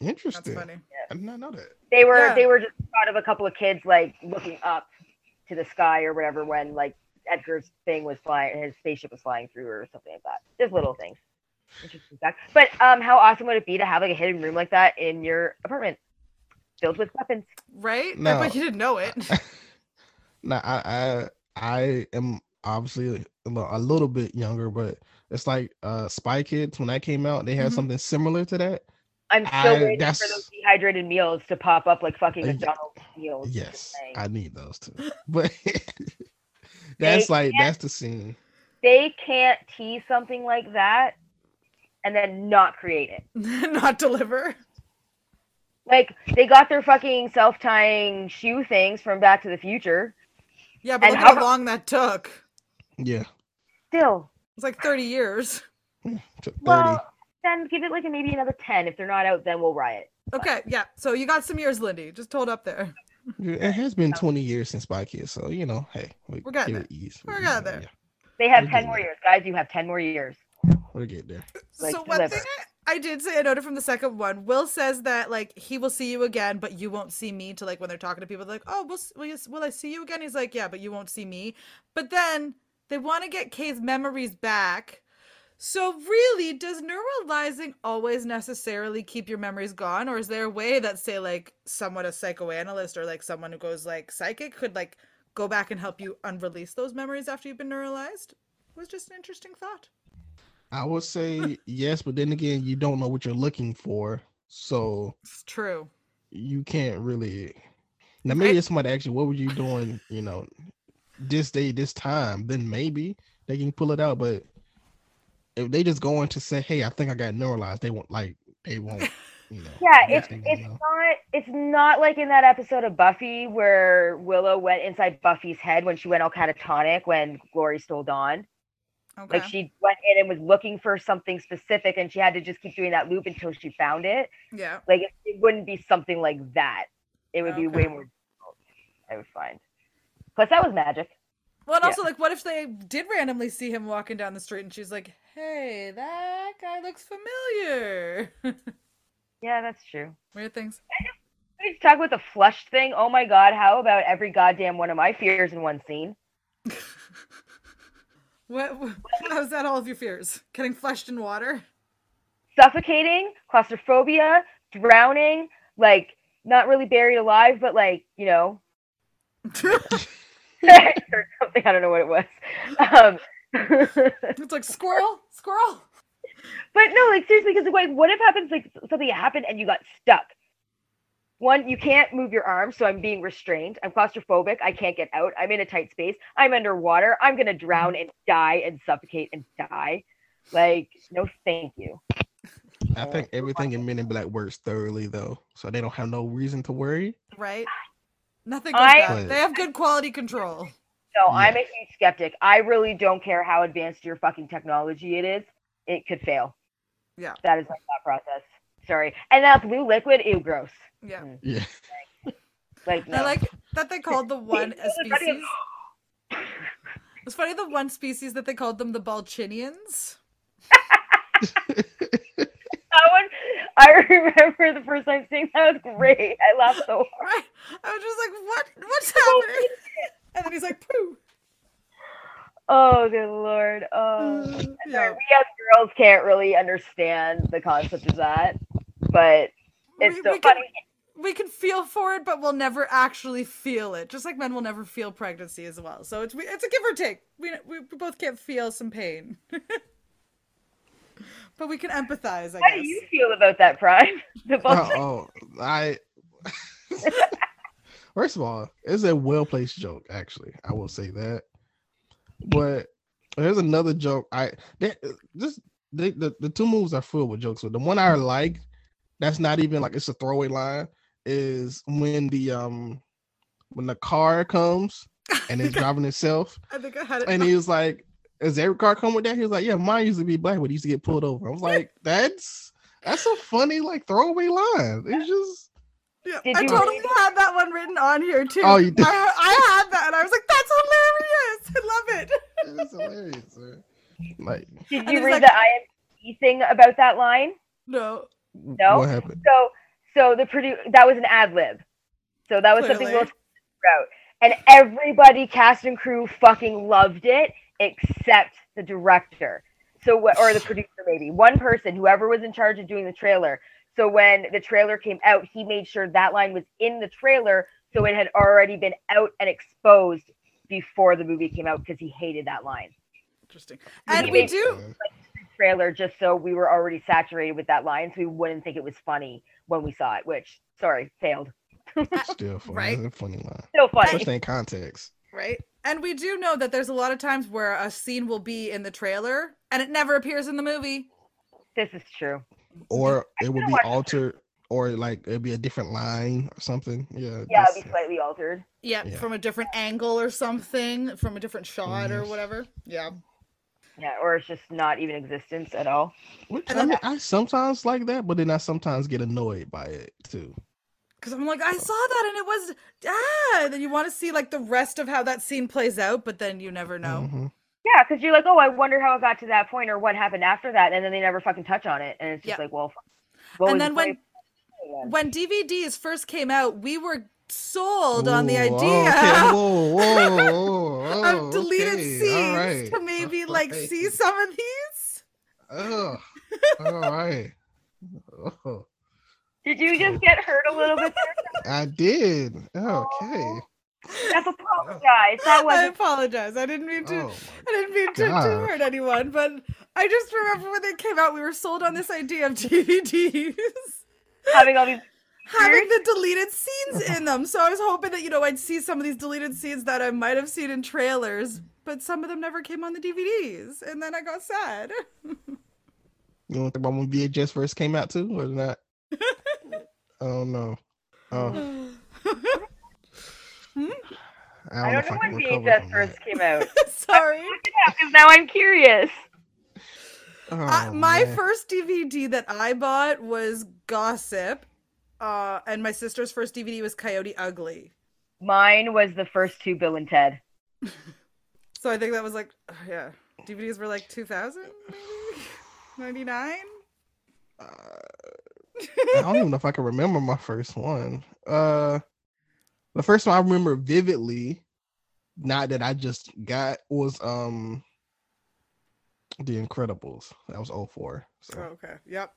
Speaker 1: That's
Speaker 3: Interesting.
Speaker 1: funny.
Speaker 3: I did not know that.
Speaker 2: They were
Speaker 1: Yeah.
Speaker 2: they were just part of a couple of kids like looking up to the sky or whatever when like Edgar's thing was flying, his spaceship was flying through or something like that. Just little things. Interesting fact. But um, how awesome would it be to have like a hidden room like that in your apartment, filled with weapons?
Speaker 1: Right?
Speaker 3: No.
Speaker 1: But you didn't know it.
Speaker 3: Now I I I am obviously a li- a little bit younger, but it's like uh Spy Kids when that came out, they had
Speaker 2: Mm-hmm.
Speaker 1: Mhm.
Speaker 3: something similar to that.
Speaker 2: I'm still
Speaker 3: I-
Speaker 2: waiting for
Speaker 3: that's-
Speaker 2: those dehydrated meals to pop up like fucking
Speaker 3: Uh, ye-
Speaker 2: McDonald's meals. Just
Speaker 3: Yes,
Speaker 2: saying.
Speaker 3: I need those too. But that's
Speaker 2: They
Speaker 3: like that's the scene.
Speaker 2: they can't tease something like that and then not create it.
Speaker 1: Not deliver.
Speaker 2: Like they got their fucking self-tying shoe things from Back to the Future.
Speaker 1: Yeah, but
Speaker 2: And
Speaker 1: look
Speaker 2: how
Speaker 1: how
Speaker 2: about-
Speaker 1: long that took.
Speaker 3: Yeah,
Speaker 2: Still,
Speaker 1: It's like 30 years.
Speaker 3: to thirty.
Speaker 2: well, then give it like maybe another ten. If they're not out, then we'll riot.
Speaker 1: Okay, yeah. So you got some years, Lindy. Just hold up there.
Speaker 3: Yeah, It has been twenty years since Spy Kids, so you know, hey, we,
Speaker 1: We're getting
Speaker 3: give it ease.
Speaker 1: We're
Speaker 3: you know,
Speaker 1: getting there.
Speaker 2: They have
Speaker 3: We're
Speaker 2: ten
Speaker 3: good.
Speaker 2: more years, guys. You have ten more years.
Speaker 3: yeah, we'll get there.
Speaker 2: Like,
Speaker 1: so one
Speaker 2: deliver.
Speaker 1: thing I, I did say I noted from the second one, Will says that like he will see you again, but you won't see me. To like when they're talking to people, they're like, oh, will s- will, you, s- will I see you again? He's like, yeah, but you won't see me. But then they want to get Kay's memories back. So really, does neuralizing always necessarily keep your memories gone, or is there a way that say like someone a psychoanalyst or like someone who goes like psychic could like go back and help you unrelease those memories after you've been neuralized? Was just an interesting thought.
Speaker 3: I would say yes, but then again, you don't know what you're looking for, so
Speaker 1: It's true.
Speaker 3: you can't really. Now, maybe if somebody asks you, "What were you doing?" You know, this day, this time, then maybe they can pull it out. But if they just go in to say, "Hey, I think I got neuralized," they won't like they won't. You know,
Speaker 2: Yeah,
Speaker 3: yes,
Speaker 2: it's
Speaker 3: they won't
Speaker 2: it's
Speaker 3: know.
Speaker 2: not it's not like in that episode of Buffy where Willow went inside Buffy's head when she went all catatonic when Glory stole Dawn.
Speaker 1: Okay.
Speaker 2: Like she went in and was looking for something specific, and she had to just keep doing that loop until she found it.
Speaker 1: yeah.
Speaker 2: Like it, it wouldn't be something like that. It would be way
Speaker 1: Okay.
Speaker 2: more difficult. I would find. Plus, that was magic.
Speaker 1: Well, and
Speaker 2: Yeah.
Speaker 1: also, like, what if they did randomly see him walking down the street and she's like, hey, that guy looks familiar?
Speaker 2: Yeah, that's true.
Speaker 1: Weird things.
Speaker 2: We just talk about the flush thing. Oh my god, how about every goddamn one of my fears in one scene?
Speaker 1: What, what how's that all of your fears? Getting flushed in water?
Speaker 2: Suffocating, claustrophobia, drowning, like not really buried alive, but like, you know,
Speaker 1: it's
Speaker 2: or something. I don't know what it was. Um, but
Speaker 1: like squirrel, squirrel.
Speaker 2: no, like seriously, because like, what if happens like something happened and you got stuck? One, you can't move your arms, so I'm being restrained. I'm claustrophobic. I can't get out. I'm in a tight space. I'm underwater. I'm gonna drown and die and suffocate and die. Like, no, thank you.
Speaker 3: I think everything in Men in Black works thoroughly though, so they don't have no reason to worry.
Speaker 1: Right? Nothing like
Speaker 2: I-
Speaker 1: that. They have good quality control.
Speaker 2: No, I'm a huge skeptic. I really don't care how advanced your fucking technology it is. It could fail.
Speaker 1: Yeah.
Speaker 2: That is my thought process. Sorry. And that blue liquid, ew, gross.
Speaker 1: Yeah.
Speaker 3: Yeah,
Speaker 2: Like,
Speaker 1: I
Speaker 2: no.
Speaker 1: like that they called the one a
Speaker 2: It's funny-
Speaker 1: species. It's funny the one species that they called them the Balchinians.
Speaker 2: that one, I remember the first time seeing that was great. I laughed so hard.
Speaker 1: Right? I was just like, what? What's happening? And then he's like, poo.
Speaker 2: Oh, good lord. Oh.
Speaker 1: Mm,
Speaker 2: Sorry,
Speaker 1: yeah.
Speaker 2: we as girls can't really understand the concept of that, but it's
Speaker 1: We-
Speaker 2: so
Speaker 1: we can-
Speaker 2: funny.
Speaker 1: we can feel for it, but we'll never actually feel it. Just like men will never feel pregnancy as well. So it's we- it's a give or take. We we we both can't feel some pain, but we can empathize. I
Speaker 2: How
Speaker 1: guess.
Speaker 2: do you feel about that, Prime? The
Speaker 3: oh,
Speaker 2: bullshit.
Speaker 3: oh, I. First of all, it's a well placed joke. Actually, I will say that. But there's another joke. I that just they, the the two moves are filled with jokes. But the one I like, that's not even like it's a throwaway line. Is when the um when the car comes and it's driving itself,
Speaker 1: I think I had it.
Speaker 3: and he was like, "Is every car come with that?" He was like, "Yeah, mine used to be black, but it used to get pulled over." I was like, "That's that's a funny like throwaway line." It's just
Speaker 1: Yeah,
Speaker 2: Did
Speaker 1: I
Speaker 2: you-
Speaker 1: totally had that one written on here too.
Speaker 3: Oh, you did.
Speaker 1: I, I had that, and I was like, "That's hilarious! I love it."
Speaker 3: it's hilarious. Man. Like
Speaker 2: Did
Speaker 1: And
Speaker 2: you
Speaker 1: it's
Speaker 2: read
Speaker 1: like-
Speaker 2: the IMDb thing about that line?
Speaker 1: No,
Speaker 2: No?
Speaker 3: what happened?
Speaker 2: So, so the produ- that was an ad lib. So that was something
Speaker 1: Clearly.
Speaker 2: Will Smith wrote, and everybody, cast and crew, fucking loved it except the director. So what, or the producer maybe one person, whoever was in charge of doing the trailer. So when the trailer came out, he made sure that line was in the trailer, so it had already been out and exposed before the movie came out because he hated that line.
Speaker 1: interesting. And we do.
Speaker 2: trailer just so we were already saturated with that line, so we wouldn't think it was funny when we saw it. Which, sorry, failed.
Speaker 3: Still funny.
Speaker 1: Right.
Speaker 3: It's a funny line.
Speaker 2: Still funny.
Speaker 3: Especially in context.
Speaker 1: right? And we do know that there's a lot of times where a scene will be in the trailer and it never appears in the movie.
Speaker 2: This is true.
Speaker 3: Or it would
Speaker 2: kinda
Speaker 3: be
Speaker 2: watched-
Speaker 3: altered or like it'd be a different line or something. Yeah.
Speaker 2: Yeah,
Speaker 3: just-
Speaker 2: it'd be slightly altered.
Speaker 1: Yeah,
Speaker 3: Yeah.
Speaker 1: from a different angle or something, from a different shot or
Speaker 3: Mhm.
Speaker 1: whatever. Yeah.
Speaker 2: Yeah, or it's just not even existence at all.
Speaker 3: Which
Speaker 1: and
Speaker 3: I
Speaker 1: then-
Speaker 3: mean I sometimes like that, but then I sometimes get annoyed by it too.
Speaker 1: Cause I'm like, I saw that and it was ah. And then you want to see like the rest of how that scene plays out, but then you never know.
Speaker 3: Mhm.
Speaker 2: Yeah, because you're like, oh, I wonder how it got to that point or what happened after that, and then they never fucking touch on it, and it's just
Speaker 1: Yeah.
Speaker 2: like, well, fuck. what
Speaker 1: and
Speaker 2: was
Speaker 1: then
Speaker 2: the
Speaker 1: when
Speaker 2: point
Speaker 3: Mm-hmm.
Speaker 2: of it?
Speaker 1: when DVDs first came out, we were sold on the
Speaker 3: Ooh,
Speaker 1: idea
Speaker 3: oh, okay, whoa, whoa, whoa,
Speaker 1: of
Speaker 3: oh,
Speaker 1: deleted
Speaker 3: okay,
Speaker 1: scenes
Speaker 3: alright,
Speaker 1: to maybe like
Speaker 3: alright,
Speaker 1: see some of these.
Speaker 3: ugh, Oh, all right. Oh,
Speaker 2: Did you just get hurt a little bit? There?
Speaker 3: I did.
Speaker 1: Oh,
Speaker 3: Okay.
Speaker 2: That's a guys. That
Speaker 1: I
Speaker 2: wasn't.
Speaker 1: apologize. I didn't mean to.
Speaker 3: Oh,
Speaker 1: I didn't mean to, to
Speaker 3: God.
Speaker 1: hurt anyone, but I just remember when they came out, we were sold on this idea of DVDs
Speaker 2: having all these.
Speaker 1: having the deleted
Speaker 3: Uh-huh.
Speaker 1: scenes in them. So I was hoping that, you know, I'd see some of these deleted scenes that I might have seen in trailers, but some of them never came on the DVDs. And then I got sad.
Speaker 3: you want to talk about when VHS first came out too, or not? I don't know.
Speaker 1: Hmm?
Speaker 3: Oh, I
Speaker 2: I
Speaker 3: don't,
Speaker 2: don't
Speaker 3: if
Speaker 2: know
Speaker 3: I
Speaker 2: when
Speaker 3: can recover
Speaker 2: VHS
Speaker 3: from
Speaker 2: first
Speaker 3: that.
Speaker 2: came out.
Speaker 1: Sorry.
Speaker 2: Because now I'm curious.
Speaker 1: I-
Speaker 3: Oh,
Speaker 1: my
Speaker 3: man.
Speaker 1: first DVD that I bought was Gossip, uh, and my sister's first DVD was Coyote Ugly.
Speaker 2: Mine was the first two Bill and Ted.
Speaker 1: So I think that was like, oh, yeah, DVDs were like 2000, maybe? 99?
Speaker 3: I don't even know if I can remember my first one. Uh the first one I remember vividly, not that I just got was um The Incredibles. That was 04.
Speaker 1: Oh,
Speaker 3: So
Speaker 4: okay. Yep.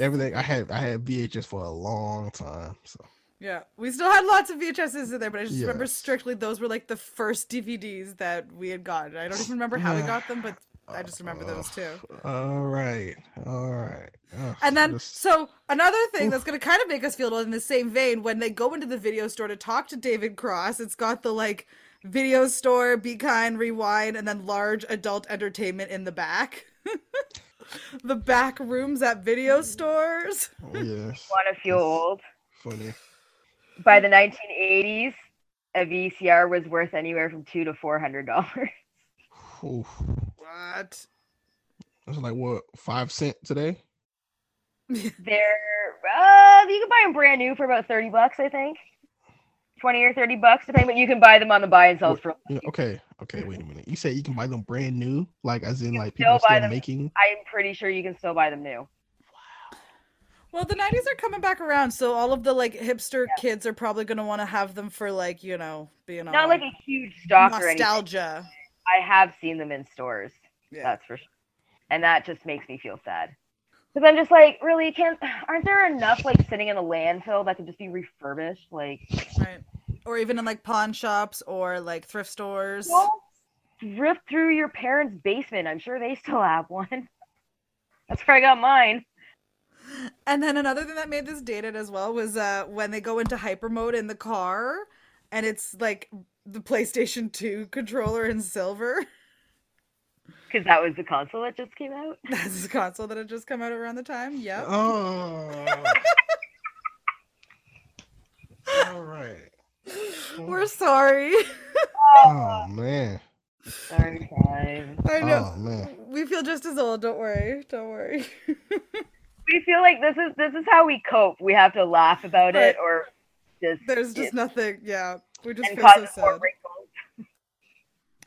Speaker 3: everything I had I had VHS for a long time. So
Speaker 1: Yeah, we still had lots of VHSs in there, but I just remember
Speaker 3: Yes.
Speaker 1: strictly those were like the first DVDs that we had gotten. I don't even remember how we
Speaker 3: Yeah.
Speaker 1: got them, but I just remember those too.
Speaker 3: Uh, All right. All right. Ugh,
Speaker 1: And then,
Speaker 3: this-
Speaker 1: so another thing that's going to kind of make us feel in the same vein when they go into the video store to talk to David Cross, it's got the like video store, be kind, rewind, and then large adult entertainment in the back. the back rooms at video stores.
Speaker 3: oh, yes.
Speaker 2: Want to feel old?
Speaker 3: Funny.
Speaker 2: By the 1980s, a VCR was worth anywhere from two to four hundred dollars.
Speaker 3: Oof.
Speaker 1: What?
Speaker 3: That's like what five cent today?
Speaker 2: They're uh, you can buy them brand new for about thirty bucks, I think. Twenty or thirty bucks, depending. But you can buy them on the buy and sells for.
Speaker 3: Yeah, okay. Okay. Wait a minute. You said you can buy them brand new, like as in like
Speaker 2: still
Speaker 3: people are
Speaker 2: buy
Speaker 3: still
Speaker 2: them.
Speaker 3: making.
Speaker 2: I'm pretty sure you can still buy them new.
Speaker 1: Well, the 90s are coming back around, so all of the like hipster kids are probably going to want to have them for like, you know, being all
Speaker 2: Not like a huge stock or anything.
Speaker 1: nostalgia.
Speaker 2: I have seen them in stores.
Speaker 4: Yeah.
Speaker 2: That's for sure. And that just makes me feel sad. Because I'm just like, really, can't aren't there enough like sitting in a landfill that could just be refurbished? Like
Speaker 1: Right. Or even in like pawn shops or like thrift stores.
Speaker 2: well, rip through your parents' basement. I'm sure they still have one. That's where I got mine.
Speaker 1: And then another thing that made this dated as well was uh, when they go into hyper mode in the car, and it's like the PlayStation 2 controller in silver.
Speaker 2: Because that was the console that just came out.
Speaker 1: That's the console that had just come out around the time. Yep.
Speaker 3: Oh. All right.
Speaker 1: We're sorry.
Speaker 3: Oh man.
Speaker 2: Sorry, time.
Speaker 1: I know.
Speaker 3: Oh man.
Speaker 1: We feel just as old. Don't worry. Don't worry.
Speaker 2: We feel like this is this is how we cope. We have to laugh about it
Speaker 1: Right.
Speaker 2: or just
Speaker 1: There's just nothing. Yeah. We just
Speaker 2: and
Speaker 1: feel so
Speaker 2: cause more
Speaker 1: sad.
Speaker 2: wrinkles.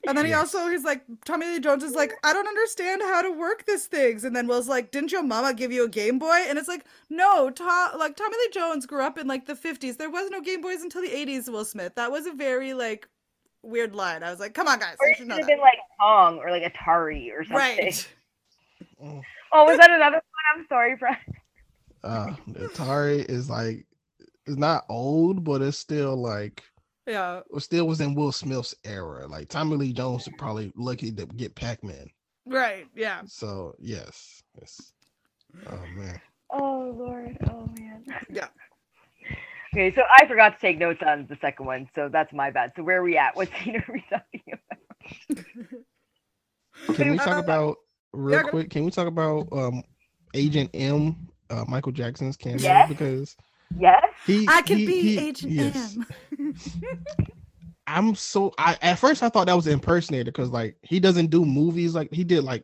Speaker 1: And then he
Speaker 3: Yes.
Speaker 1: also he's like Tommy Lee Jones is like I don't understand how to work these things. And then Will's like, didn't your mama give you a Game Boy? And it's like, no, Tom like Tommy Lee Jones grew up in like the fifties. There was no Game Boys until the eighties. Will Smith. That was a very like weird line. I was like, come on guys,
Speaker 2: Or
Speaker 1: you should
Speaker 2: it should
Speaker 1: know
Speaker 2: have
Speaker 1: that.
Speaker 2: been like Pong or like Atari or something.
Speaker 1: Right.
Speaker 3: Oh.
Speaker 2: Oh, was that another one? I'm sorry, Brian.
Speaker 3: Uh, the Atari is like it's not old, but it's still like
Speaker 1: Yeah.
Speaker 3: it still was in Will Smith's era. Like Tommy Lee Jones was probably lucky to get Pac Man.
Speaker 1: Right. Yeah.
Speaker 3: So yes, yes. Oh man.
Speaker 2: Oh Lord. Oh man.
Speaker 1: Yeah.
Speaker 2: Okay, so I forgot to take notes on the second one, so that's my bad. So where are we at? What scene are we talking about?
Speaker 3: Can we
Speaker 1: Uh,
Speaker 3: talk about real
Speaker 1: yeah, go-
Speaker 3: quick? Can we talk about um Agent M, uh, Michael Jackson's cameo
Speaker 2: Yes.
Speaker 3: because
Speaker 2: Yes.
Speaker 3: he
Speaker 1: I could
Speaker 3: he-
Speaker 1: be
Speaker 3: he-
Speaker 1: Agent
Speaker 3: yes.
Speaker 1: M.
Speaker 3: I'm so I at first I thought that was an impersonator because like he doesn't do movies like he did like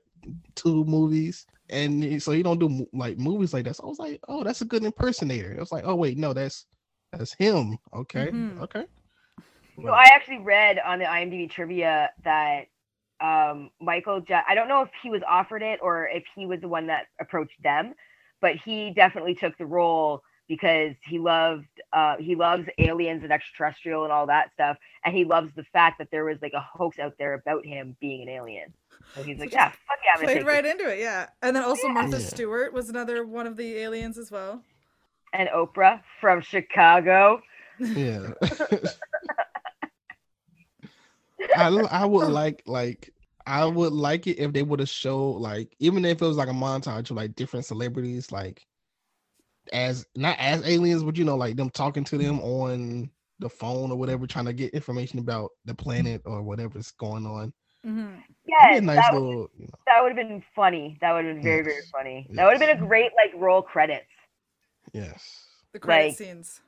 Speaker 3: two movies and he- so he don't do mo- like movies like that. So I was like, oh, that's a good impersonator. I was like, oh wait, no, that's that's him. Okay,
Speaker 1: Mhm.
Speaker 3: okay.
Speaker 2: So I actually read on the IMDb trivia that um, Michael. Ja- I don't know if he was offered it or if he was the one that approached them, but he definitely took the role because he loved uh, he loves aliens and extraterrestrial and all that stuff, and he loves the fact that there was like a hoax out there about him being an alien. So he's like,
Speaker 1: just
Speaker 2: yeah, fuck yeah, I'm gonna
Speaker 1: Played
Speaker 2: take this."
Speaker 1: right into it. Yeah. And then also Martha
Speaker 3: Yeah.
Speaker 1: Stewart was another one of the aliens as well.
Speaker 2: and Oprah from Chicago.
Speaker 3: Yeah. I l- I would like like I would like it if they would have showed like even if it was like a montage of like different celebrities like as not as aliens but you know like them talking to them on the phone or whatever trying to get information about the planet or whatever's going on.
Speaker 1: hmm
Speaker 3: It'd be
Speaker 2: Yeah,
Speaker 3: a nice
Speaker 2: that, would-
Speaker 3: little you know.
Speaker 2: that would have been funny. That would have been very, very
Speaker 3: Yes.
Speaker 2: funny. That would have been a great like roll credits.
Speaker 3: Yes.
Speaker 1: the credit
Speaker 2: Like-
Speaker 1: scenes.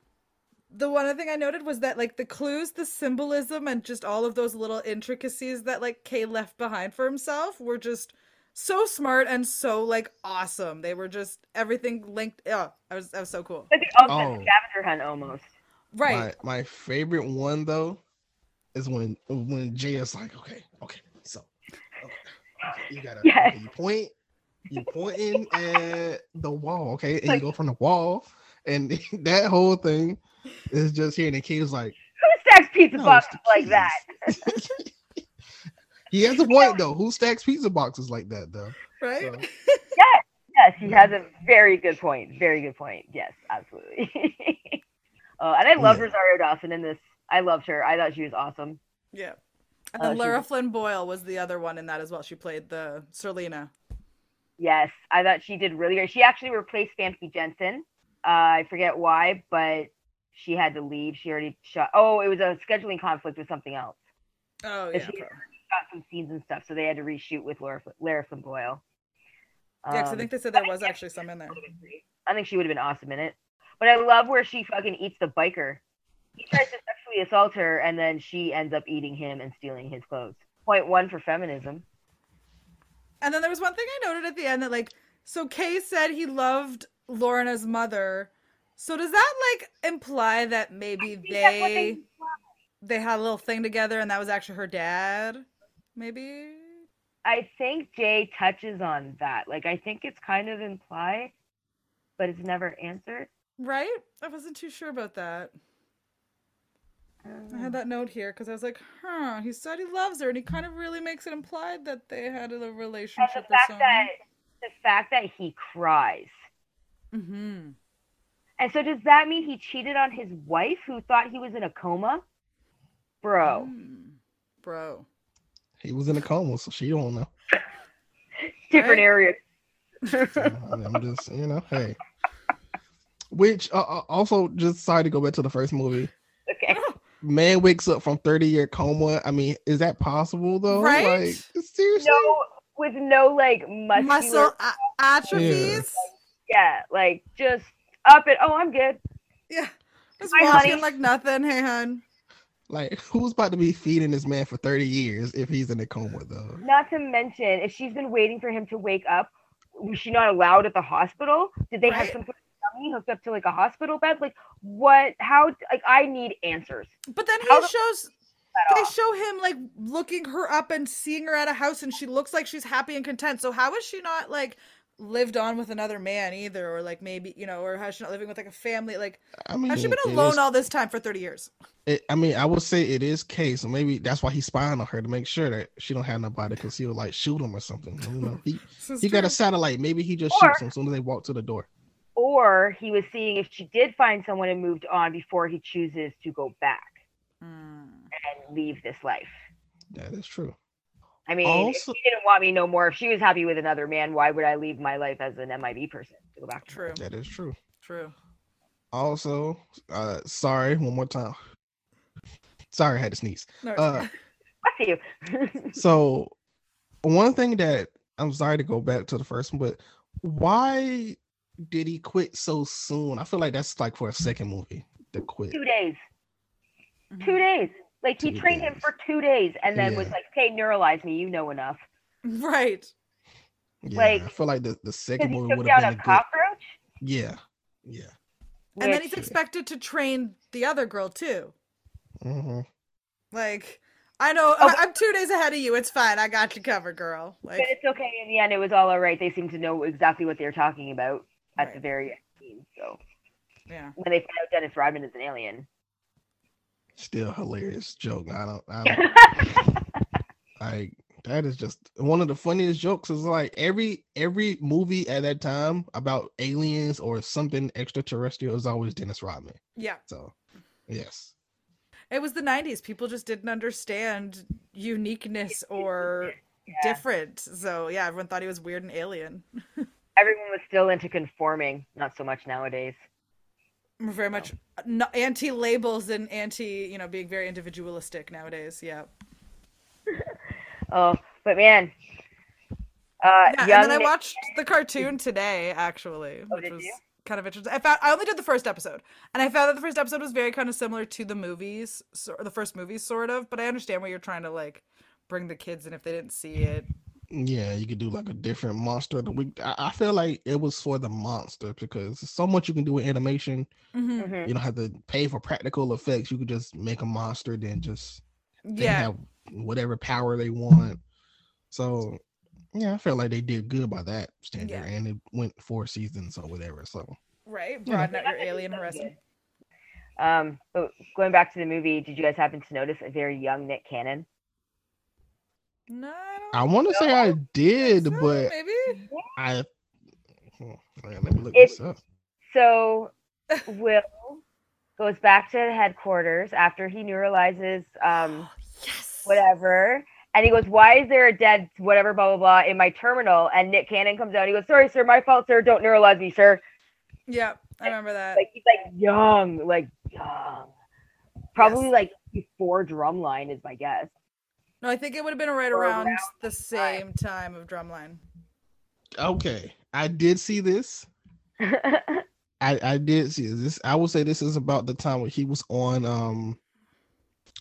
Speaker 1: The one thing I noted was that like the clues, the symbolism, and just all of those little intricacies that like Kay left behind for himself were just so smart and so like awesome. They were just everything linked. Oh, I was that was so cool.
Speaker 2: Like the ultimate
Speaker 3: Oh.
Speaker 2: scavenger hunt almost.
Speaker 1: Right.
Speaker 3: My my favorite one though is when when Jay is like, okay, okay, so okay, okay, you gotta
Speaker 2: Yes.
Speaker 3: okay, you point, you pointing at the wall, okay, and
Speaker 2: Like-
Speaker 3: you go from the wall, and that whole thing is just here. And the kid was like,
Speaker 2: Who stacks pizza
Speaker 3: No, it's
Speaker 2: boxes
Speaker 3: the
Speaker 2: like that?
Speaker 3: keys. He has a point though. Who stacks pizza boxes like that though?
Speaker 1: right?
Speaker 3: So-
Speaker 2: Yes, yes, he has a very good point. Very good point. Yes, absolutely. uh, and I love
Speaker 3: Yeah.
Speaker 2: Rosario Dawson in this. I loved her. I thought she was awesome.
Speaker 1: yeah. And then
Speaker 2: Oh, she
Speaker 1: Lara
Speaker 2: was-
Speaker 1: Flynn Boyle was the other one in that as well. She played the Serlina.
Speaker 2: Yes, I thought she did really great. She actually replaced Famke Jensen. Uh, I forget why, but she had to leave. She already shot. Oh, it was a scheduling conflict with something else.
Speaker 1: Oh
Speaker 2: Is
Speaker 1: yeah,
Speaker 2: she-
Speaker 1: pro.
Speaker 2: Shot some scenes and stuff, so they had to reshoot with Lara, Fl- Lara Flynn Boyle.
Speaker 1: yeah. Because I
Speaker 2: Um,
Speaker 1: think they said there was actually some in there.
Speaker 2: I think she would have been awesome in it. But I love where she fucking eats the biker. He tries to sexually assault her, and then she ends up eating him and stealing his clothes. Point one for feminism.
Speaker 1: And then there was one thing I noted at the end that like, so Kay said he loved Lorna's mother. So does that like imply that maybe
Speaker 2: that's what
Speaker 1: they they had a little thing together and that was actually her dad? Maybe.
Speaker 2: I think Jay touches on that. Like, I think it's kind of implied, but it's never answered.
Speaker 1: Right? I wasn't too sure about that. I had
Speaker 2: Hmm.
Speaker 1: that note here because I was like, huh, he said he loves her, and he kind of really makes it implied that they had a
Speaker 2: and
Speaker 1: relationship.
Speaker 2: the fact that the fact that he cries.
Speaker 1: hmm
Speaker 2: And so, does that mean he cheated on his wife, who thought he was in a coma? Bro,
Speaker 1: Mm. Bro.
Speaker 3: He was in a coma, so she don't know.
Speaker 1: Right.
Speaker 2: different area.
Speaker 3: So, I'm just, you know, hey. Which uh, uh, also just sorry to go back to the first movie.
Speaker 2: Okay.
Speaker 3: Man wakes up from 30 year coma. I mean, is that possible though?
Speaker 1: Right?
Speaker 3: Like seriously?
Speaker 2: no with no like muscular
Speaker 1: Muscle a- atrophies.
Speaker 2: yeah like just up and oh i'm good
Speaker 1: Yeah. Just
Speaker 2: Hi,
Speaker 1: walking
Speaker 2: honey.
Speaker 1: like nothing. Hey, hun.
Speaker 3: Like who's about to be feeding this man for 30 years if he's in a coma though?
Speaker 2: not to mention if she's been waiting for him to wake up was she not allowed at the hospital did they have
Speaker 1: Right.
Speaker 2: some sort of dummy hooked up to like a hospital bed like what how like i need answers
Speaker 1: But then he
Speaker 2: How the-
Speaker 1: shows. They show him like looking her up and seeing her at a house, and she looks like she's happy and content. So how is she not like lived on with another man either, or like maybe you know, or has she not living with like a family? Like
Speaker 3: I mean,
Speaker 1: has she been
Speaker 3: it
Speaker 1: alone
Speaker 3: is-
Speaker 1: all this time for thirty years?
Speaker 3: it- I mean, I would say it is case, so maybe that's why he's spying on her to make sure that she don't have nobody because he'll like shoot him or something. You know, he,
Speaker 1: This is
Speaker 3: he got
Speaker 1: true.
Speaker 3: a satellite. Maybe he just
Speaker 2: Or-
Speaker 3: shoots him as soon as they walk to the door.
Speaker 2: or he was seeing if she did find someone and moved on before he chooses to go back
Speaker 1: Mm.
Speaker 2: and leave this life
Speaker 3: That is true.
Speaker 2: i mean
Speaker 3: Also-
Speaker 2: if she didn't want me no more if she was happy with another man why would i leave my life as an mib person to go back to her?
Speaker 1: True.
Speaker 3: That is true.
Speaker 1: True.
Speaker 3: Also, uh, sorry, one more time. Sorry, I had to sneeze.
Speaker 1: No, it's-
Speaker 3: Uh,
Speaker 2: Bless you.
Speaker 3: so one thing that I'm sorry to go back to the first one, but why did he quit so soon? I feel like that's like for a second movie to quit.
Speaker 2: two days.
Speaker 1: mhm.
Speaker 2: Two days. Like he
Speaker 3: Mm. Two
Speaker 2: trained him
Speaker 3: days.
Speaker 2: for two days and then was
Speaker 3: Yeah.
Speaker 2: like, okay, neuralize me, you know enough.
Speaker 1: mm-hmm. Right.
Speaker 3: Yeah,
Speaker 2: like-
Speaker 3: I feel like the, the
Speaker 2: Because
Speaker 3: second
Speaker 2: he
Speaker 3: movie
Speaker 2: took
Speaker 3: would have
Speaker 2: down
Speaker 3: been
Speaker 2: a
Speaker 3: a good.
Speaker 2: cockroach.
Speaker 3: Yeah, yeah.
Speaker 1: And then he's
Speaker 2: which-
Speaker 1: expected to train the other girl too.
Speaker 3: hmm
Speaker 1: Like, I know
Speaker 2: Oh,
Speaker 1: I- I'm two days ahead of you. It's fine. I got you covered, girl.
Speaker 2: But
Speaker 1: Like,
Speaker 2: it's okay. In the end, it was all all right. They seemed to know exactly what they were talking about at the
Speaker 1: Right.
Speaker 2: very end. So
Speaker 1: yeah.
Speaker 2: when they found out Dennis Rodman is an alien.
Speaker 3: Still hilarious joke. I don't. I don't like that is just one of the funniest jokes. Is like every every movie at that time about aliens or something extraterrestrial is always Dennis Rodman.
Speaker 1: Yeah.
Speaker 3: So, yes.
Speaker 1: It was the 90s. People just didn't understand uniqueness or different. So, yeah, everyone thought he was weird and alien.
Speaker 2: Everyone was still into conforming. Not so much nowadays.
Speaker 1: We're very much anti labels and anti, you know, being very individualistic nowadays. Yeah.
Speaker 2: Oh, but man. Uh,
Speaker 1: Yeah,
Speaker 2: young
Speaker 1: and then I
Speaker 2: Nick-
Speaker 1: watched the cartoon today, actually, which
Speaker 2: did
Speaker 1: was
Speaker 2: you?
Speaker 1: kind of interesting. I found I only did the first episode, and I found that the first episode was very kind of similar to the movies, so, the first movie, sort of. But I understand where you're trying to like bring the kids in if they didn't see it.
Speaker 3: Yeah, you could do like a different monster of the week. I, I feel like it was for the monster because there's so much you can do with animation.
Speaker 1: Mhm.
Speaker 2: Mhm.
Speaker 3: You don't have to pay for practical effects. You could just make a monster, then just they
Speaker 1: Yeah,
Speaker 3: have whatever power they want. So yeah, I felt like they did good by that standard,
Speaker 1: Yeah.
Speaker 3: and it went four seasons or whatever. So
Speaker 1: right.
Speaker 3: Yeah.
Speaker 1: Broaden out your alien horizon.
Speaker 2: Um, but going back to the movie, did you guys happen to notice a very young Nick Cannon?
Speaker 1: No,
Speaker 3: I want to say I did, but
Speaker 1: maybe.
Speaker 3: I. Hold on, let me look
Speaker 2: It-
Speaker 3: this up.
Speaker 2: So Will goes back to headquarters after he neuralizes um,
Speaker 1: yes.
Speaker 2: whatever. And he goes, Why is there a dead whatever, blah, blah, blah, in my terminal? And Nick Cannon comes out. He goes, Sorry, sir, my fault, sir. Don't neuralize me, sir.
Speaker 1: Yeah, I remember that.
Speaker 2: Like, he's like young, like young. Probably like before Drumline is my guess.
Speaker 1: No, I think it would have been right
Speaker 2: Or
Speaker 1: around
Speaker 2: around
Speaker 1: the same time of Drumline.
Speaker 3: Okay, I did see this. I I did see this. I will say this is about the time when he was on um,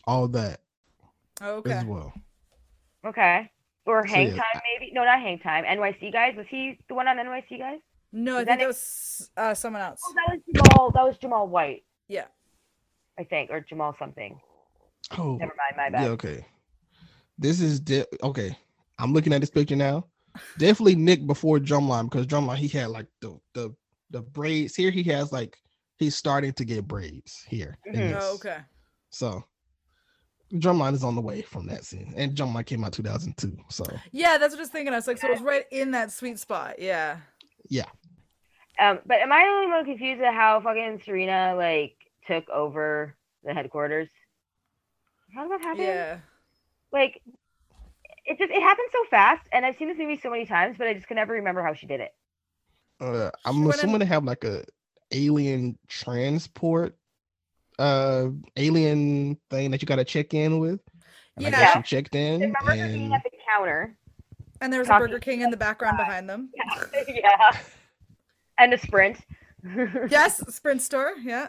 Speaker 3: all that
Speaker 1: Okay.
Speaker 3: as well.
Speaker 2: okay. Or
Speaker 3: So,
Speaker 2: Hang
Speaker 3: yeah,
Speaker 2: Time, maybe. No, not Hang Time. NYC Guys. Was he the one on NYC Guys?
Speaker 1: No, I
Speaker 2: Is
Speaker 1: think
Speaker 2: that
Speaker 1: it
Speaker 2: it?
Speaker 1: was uh, someone else.
Speaker 2: Oh, that was Jamal. That was Jamal White,
Speaker 1: Yeah.
Speaker 2: I think, or Jamal something.
Speaker 3: Oh,
Speaker 2: Never mind, my bad.
Speaker 3: yeah. Okay, this is de- okay. I'm looking at this picture now. Definitely Nick before Drumline because Drumline he had like the the the braids here. He has like he's starting to get braids here. in
Speaker 2: Mhm.
Speaker 3: this.
Speaker 1: Oh, okay.
Speaker 3: So Drumline is on the way from that scene, and Drumline came out 2002. So
Speaker 1: Yeah, that's what I was thinking. I was like, so it was right in that sweet spot. Yeah.
Speaker 2: Um, but am I a little bit confused at how fucking Serena like took over the headquarters? How did that happen?
Speaker 1: Yeah.
Speaker 2: Like, it just it happened so fast, and I've seen this movie so many times, but I just can never remember how she did it.
Speaker 3: uh,
Speaker 1: She
Speaker 3: I'm
Speaker 1: went in-
Speaker 3: assuming they have like a alien transport, uh, alien thing that you got to check in with. And I guess
Speaker 1: Yeah.
Speaker 3: you checked in.
Speaker 2: I remember her
Speaker 3: and-
Speaker 2: being at the counter.
Speaker 1: And there was a
Speaker 2: Coffee.
Speaker 1: Burger King in the background behind them.
Speaker 2: yeah, and a sprint.
Speaker 1: Yes, Sprint Store. Yeah.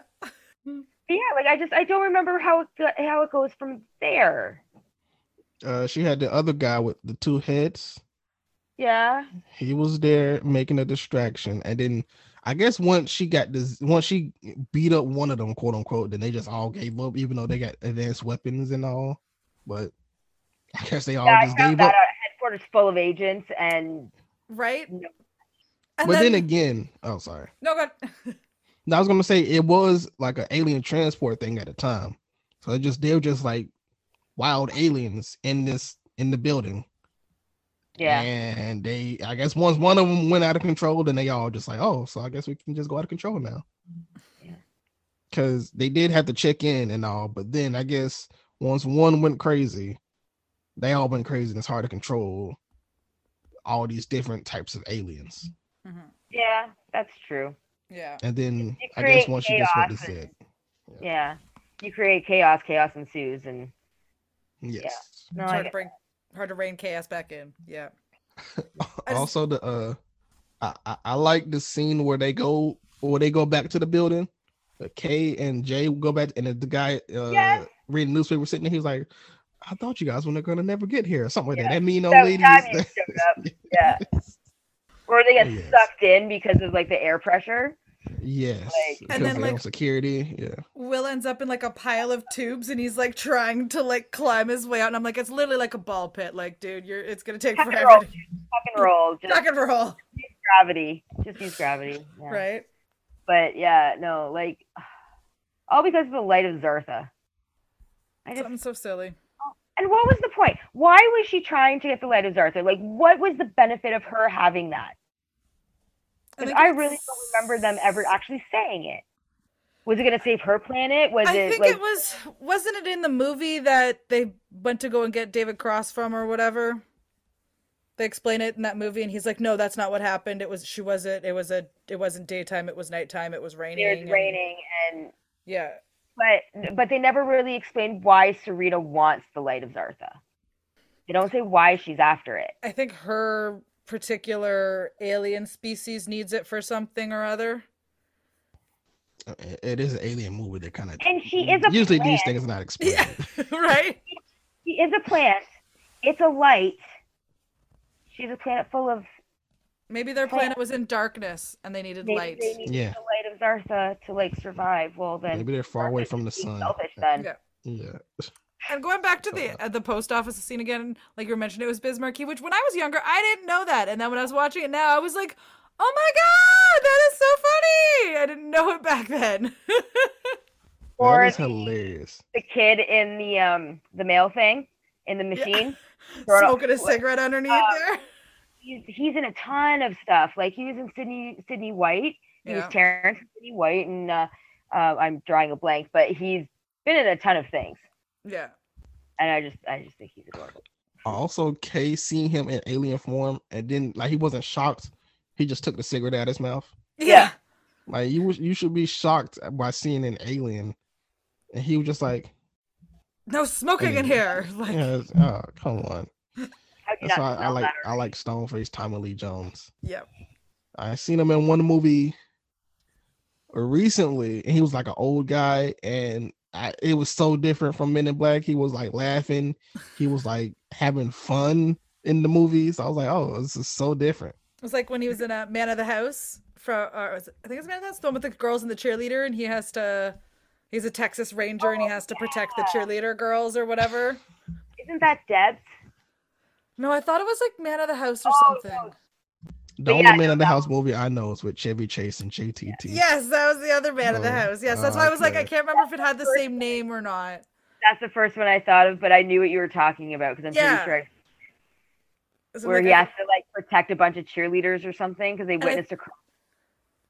Speaker 2: yeah, like I just I don't remember how it go- how it goes from there.
Speaker 3: Uh, she had the other guy with the two heads.
Speaker 2: Yeah.
Speaker 3: He was there making a distraction, and then I guess once she got this, once she beat up one of them, quote unquote, then they just all gave up, even though they got advanced weapons and all. But I guess they all
Speaker 2: yeah, I
Speaker 3: just
Speaker 2: found
Speaker 3: gave
Speaker 2: that
Speaker 3: up.
Speaker 2: out. Headquarters full of agents, and
Speaker 1: Right.
Speaker 2: No.
Speaker 1: And
Speaker 3: But then,
Speaker 1: then,
Speaker 3: again, oh sorry,
Speaker 1: no god.
Speaker 3: No, I was gonna say it was like an alien transport thing at the time, so it just they were just like wild aliens in this in the building.
Speaker 2: yeah,
Speaker 3: And they, I guess, once one of them went out of control, then they all just like, oh, so I guess we can just go out of control now.
Speaker 2: Yeah.
Speaker 3: Because they did have to check in and all, but then I guess once one went crazy, they all went crazy, and it's hard to control all these different types of aliens.
Speaker 1: Mhm.
Speaker 2: yeah, that's true.
Speaker 1: Yeah.
Speaker 3: And then
Speaker 2: It
Speaker 3: I guess
Speaker 2: create
Speaker 3: once you just what they
Speaker 2: chaos and-
Speaker 3: said,
Speaker 2: Yeah. You create chaos, chaos ensues, and
Speaker 3: yes.
Speaker 2: no,
Speaker 1: It's
Speaker 2: I
Speaker 1: hard to
Speaker 2: get-
Speaker 1: bring, hard to rein chaos back in. Yeah. I just-
Speaker 3: also the uh I, I I like the scene where they go where they go back to the building. Uh, K and Jay go back and the guy uh
Speaker 2: Yes.
Speaker 3: reading newspaper sitting there, he was like, I thought you guys were gonna never get here or something like that.
Speaker 2: Yeah.
Speaker 3: That mean old
Speaker 2: That
Speaker 3: ladies.
Speaker 2: time you showed up. Yeah. Or they get
Speaker 3: Yes.
Speaker 2: sucked in because of like the air pressure.
Speaker 3: yes.
Speaker 1: And
Speaker 2: Like-
Speaker 3: because
Speaker 1: then,
Speaker 3: they
Speaker 1: like-
Speaker 3: on security. Yeah.
Speaker 1: Will ends up in like a pile of tubes and he's like trying to like climb his way out. And I'm like, it's literally like a ball pit. Like, dude, you're it's gonna take
Speaker 2: Rock and
Speaker 1: forever.
Speaker 2: roll,
Speaker 1: to-
Speaker 2: fucking roll, just
Speaker 1: Rock and roll.
Speaker 2: gravity, just use gravity. yeah.
Speaker 1: Right.
Speaker 2: But yeah, no, like all because of the light of Zartha. I just
Speaker 1: Something so silly.
Speaker 2: and what was the point? Why was she trying to get the light of Zartha? Like, what was the benefit of her having that? Because
Speaker 1: think
Speaker 2: I
Speaker 1: it's-
Speaker 2: really don't remember them ever actually saying it. Was it going to save her planet? Was
Speaker 1: I
Speaker 2: it
Speaker 1: think
Speaker 2: like
Speaker 1: it was wasn't it in the movie that they went to go and get David Cross from or whatever? They explain it in that movie and he's like, No, that's not what happened. It was she wasn't it was a it wasn't daytime, it was nighttime, it was raining.
Speaker 2: it was
Speaker 1: and-
Speaker 2: raining and
Speaker 1: yeah.
Speaker 2: but but they never really explained why Sarita wants the light of Zartha. They don't say why she's after it.
Speaker 1: I think her particular alien species needs it for something or other.
Speaker 3: Uh, it- it is an alien movie that kind of
Speaker 2: And she is a
Speaker 3: Mm-hmm. usually
Speaker 2: plant.
Speaker 3: these things are not explained.
Speaker 1: Yeah. right?
Speaker 2: She is a plant. It's a light. She's a planet full of
Speaker 1: Maybe their
Speaker 2: Plant.
Speaker 1: planet was in darkness and they needed
Speaker 2: maybe
Speaker 1: light.
Speaker 2: they need
Speaker 3: Yeah.
Speaker 2: the light of Zartha to like survive. Well then
Speaker 3: Maybe they're far away
Speaker 2: Zartha's
Speaker 3: from the
Speaker 2: just being
Speaker 3: sun.
Speaker 2: Selfish then.
Speaker 1: Yeah.
Speaker 3: Yeah.
Speaker 1: And going back to the uh, the post office scene again, like you were mentioning, it was Bismarcky, which when I was younger, I didn't know that. And then when I was watching it now, I was like, oh my God, that is so funny. I didn't know it back then.
Speaker 2: Or
Speaker 3: that is
Speaker 2: the-
Speaker 3: hilarious.
Speaker 2: the kid in the um the mail thing in the machine. Throw it up.
Speaker 1: smoking a cigarette underneath
Speaker 2: Uh,
Speaker 1: there.
Speaker 2: He's, he's in a ton of stuff. Like he was in Sydney Sydney White. He
Speaker 1: Yeah.
Speaker 2: was Terrence Sydney White, and uh, uh, I'm drawing a blank, but he's been in a ton of things.
Speaker 1: Yeah.
Speaker 2: And I just I just think he's adorable.
Speaker 3: I also Kay seeing him in alien form and then like he wasn't shocked. He just took the cigarette out of his mouth.
Speaker 1: Yeah.
Speaker 3: Like you was- you should be shocked by seeing an alien. And he was just like,
Speaker 1: No smoking in here. Like
Speaker 3: yeah, it's- oh, come on.
Speaker 2: How do you
Speaker 3: That's
Speaker 2: not
Speaker 3: why I
Speaker 2: smell
Speaker 3: like
Speaker 2: that
Speaker 3: I like Stoneface Tommy Lee Jones.
Speaker 1: Yep.
Speaker 3: I seen him in one movie recently, and he was like an old guy, and I, it was so different from Men in Black. He was like laughing, he was like having fun in the movies. I was like, oh, this is so different.
Speaker 1: It was like when he was in a Man of the House from, or was it- I think it's Man of the House, the one with the girls and the cheerleader, and he has to, he's a Texas Ranger and he has to protect the cheerleader girls or whatever.
Speaker 2: Isn't that Debs?
Speaker 1: No, I thought it was like Man of the House or
Speaker 2: Oh,
Speaker 1: something.
Speaker 2: no.
Speaker 3: The
Speaker 2: But
Speaker 3: only
Speaker 2: yeah,
Speaker 3: man
Speaker 2: no,
Speaker 3: in the
Speaker 2: that
Speaker 3: house movie I know is with Chevy Chase and JTT.
Speaker 1: Yes, that was the other Man of the
Speaker 3: Oh,
Speaker 1: House. Yes, that's
Speaker 3: oh,
Speaker 1: why I was like, I
Speaker 3: okay.
Speaker 1: can't remember if it had the same name or not.
Speaker 2: That's the first one I thought of, but I knew what you were talking about because I'm
Speaker 1: Yeah.
Speaker 2: pretty sure I
Speaker 1: So I'm
Speaker 2: where
Speaker 1: like,
Speaker 2: he
Speaker 1: I-
Speaker 2: has to like protect a bunch of cheerleaders or something because they
Speaker 1: I-
Speaker 2: witnessed a crime.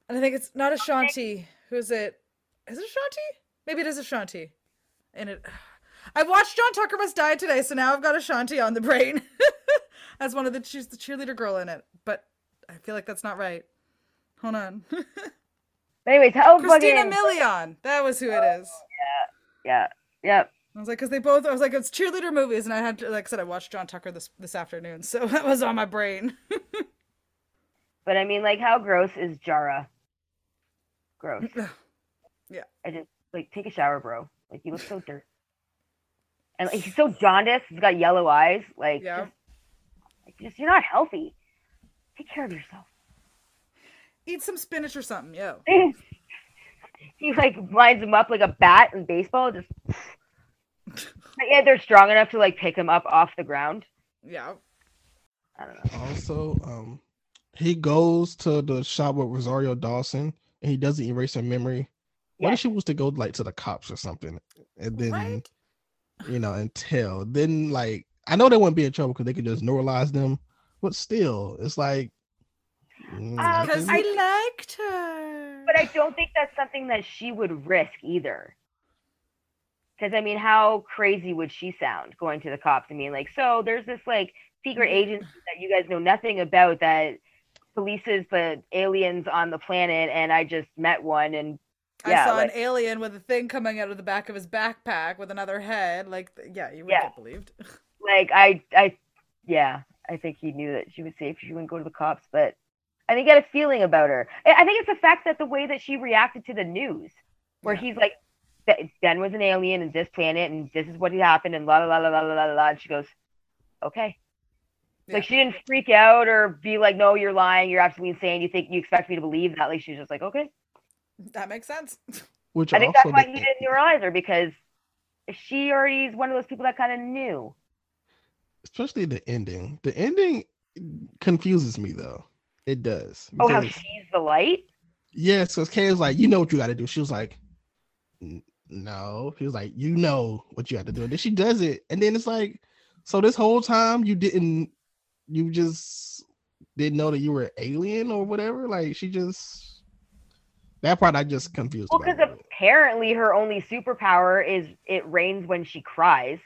Speaker 1: And I think it's not Ashanti. Who is it? Is it Ashanti? Maybe it is Ashanti. And it. I watched John Tucker Must Die today, so now I've got Ashanti on the brain. As one of the she's the cheerleader girl in it, but I feel like that's not right. Hold on,
Speaker 2: But anyways, how
Speaker 1: Christina
Speaker 2: fucking
Speaker 1: Milian. That was who it is.
Speaker 2: yeah, yep.
Speaker 1: I was like, because they both. I was like, it's cheerleader movies, and I had to, like I said, I watched John Tucker this this afternoon, so that was on my brain.
Speaker 2: But I mean, like, how gross is Jara? Gross.
Speaker 1: Yeah.
Speaker 2: I just like take a shower, bro. Like you look so dirty. And like, he's so jaundiced. He's got yellow eyes. Like,
Speaker 1: Yeah.
Speaker 2: just, like, just you're not healthy. Take care of yourself.
Speaker 1: Eat some spinach or something, yo.
Speaker 2: he like lines him up like a bat in baseball. Just But yeah, they're strong enough to like pick him up off the ground.
Speaker 1: Yeah.
Speaker 2: I don't know.
Speaker 3: Also, um, he goes to the shop with Rosario Dawson, and he doesn't erase her memory. What if
Speaker 2: Yes.
Speaker 3: she was to go like to the cops or something, and then
Speaker 1: Right?
Speaker 3: you know, and tell? Then like, I know they wouldn't be in trouble because they could just neuralize them, but still, it's like, mm, I
Speaker 2: Um,
Speaker 1: Because
Speaker 3: think-
Speaker 1: I liked her.
Speaker 2: But I don't think that's something that she would risk either. Because I mean, how crazy would she sound going to the cops? I mean, like, so there's this like secret agency that you guys know nothing about that polices the aliens on the planet, and I just met one, and
Speaker 1: I
Speaker 2: Yeah,
Speaker 1: saw
Speaker 2: like-
Speaker 1: an alien with a thing coming out of the back of his backpack with another head. Like, th- yeah, you would
Speaker 2: Yeah.
Speaker 1: get believed.
Speaker 2: like, I, I, yeah, I think he knew that she was safe. She wouldn't go to the cops, but I think he had a feeling about her. I I think it's the fact that the way that she reacted to the news, where
Speaker 1: Yeah.
Speaker 2: he's like, "Th- Ben was an alien and this planet and this is what happened and la la la la la la la la. And she goes, okay.
Speaker 1: Yeah.
Speaker 2: Like she didn't freak out or be like, no, you're lying. You're absolutely insane. You think you expect me to believe that? Like she was just like, okay.
Speaker 1: That makes sense.
Speaker 3: which
Speaker 2: I think that's
Speaker 3: also
Speaker 2: why
Speaker 3: the-
Speaker 2: he
Speaker 3: e
Speaker 2: didn't neuralize her because she already is one of those people that kind of knew.
Speaker 3: especially the ending. The ending confuses me though. It does.
Speaker 2: Oh, how
Speaker 3: because-
Speaker 2: she's the light.
Speaker 3: Yes, because Kay was like, you know what you got to do. She was like, "N- no. She was like, you know what you have to do. And then she does it. And then it's like, so this whole time you didn't, you just didn't know that you were an alien or whatever. Like she just, that part I just confused.
Speaker 2: Well,
Speaker 3: about
Speaker 2: because
Speaker 3: a little bit.
Speaker 2: apparently her only superpower is it rains when she cries.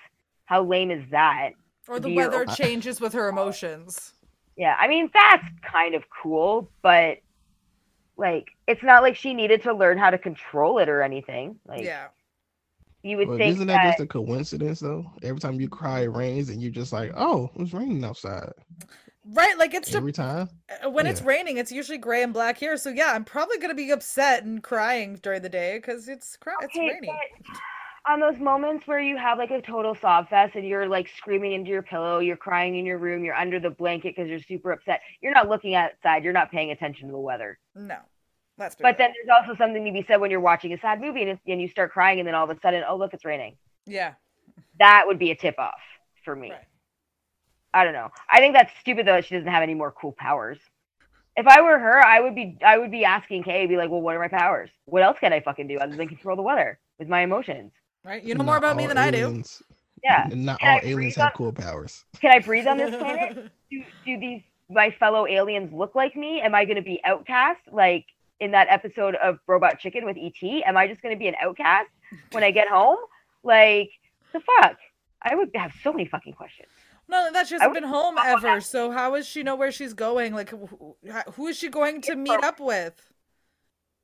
Speaker 2: How lame is that?
Speaker 1: Or the
Speaker 2: Dear.
Speaker 1: weather changes with her emotions.
Speaker 2: Yeah, I mean that's kind of cool, but like it's not like she needed to learn how to control it or anything. Like
Speaker 1: Yeah.
Speaker 2: you would
Speaker 3: But
Speaker 2: think
Speaker 3: isn't that,
Speaker 2: that,
Speaker 3: just a coincidence though? Every time you cry, it rains, and you're just like, oh, it's raining outside.
Speaker 1: Right. Like, it's de-
Speaker 3: Every time.
Speaker 1: uh, when it's
Speaker 3: yeah.
Speaker 1: raining, it's usually gray and black here. So, yeah, I'm probably going to be upset and crying during the day because it's, cry- it's
Speaker 2: Okay,
Speaker 1: rainy.
Speaker 2: but on those moments where you have like a total sob fest and you're like screaming into your pillow, you're crying in your room, you're under the blanket because you're super upset. You're not looking outside, you're not paying attention to the weather.
Speaker 1: No. That's
Speaker 2: But then there's also something to be said when you're watching a sad movie and, it's, and you start crying and then all of a sudden, oh look, it's raining.
Speaker 1: Yeah.
Speaker 2: That would be a tip off for me.
Speaker 1: Right.
Speaker 2: I don't know. I think that's stupid though. that She doesn't have any more cool powers. If I were her, I would be I would be asking Kay, be like, well, what are my powers? What else can I fucking do other than control the weather with my emotions?
Speaker 1: Right. You know more about me than I do.
Speaker 2: Yeah.
Speaker 3: And not
Speaker 2: Can I
Speaker 3: all aliens
Speaker 2: breathe
Speaker 3: have
Speaker 2: on-
Speaker 3: cool powers.
Speaker 2: Can I breathe on this planet? do, do these my fellow aliens look like me? Am I going to be outcast like in that episode of Robot Chicken with ET? Am I just going to be an outcast when I get home? Like the fuck? I would have so many fucking questions.
Speaker 1: No, that she
Speaker 2: I
Speaker 1: hasn't
Speaker 2: would-
Speaker 1: been home ever. So how does she know where she's going? Like, who, who is she going to meet up with?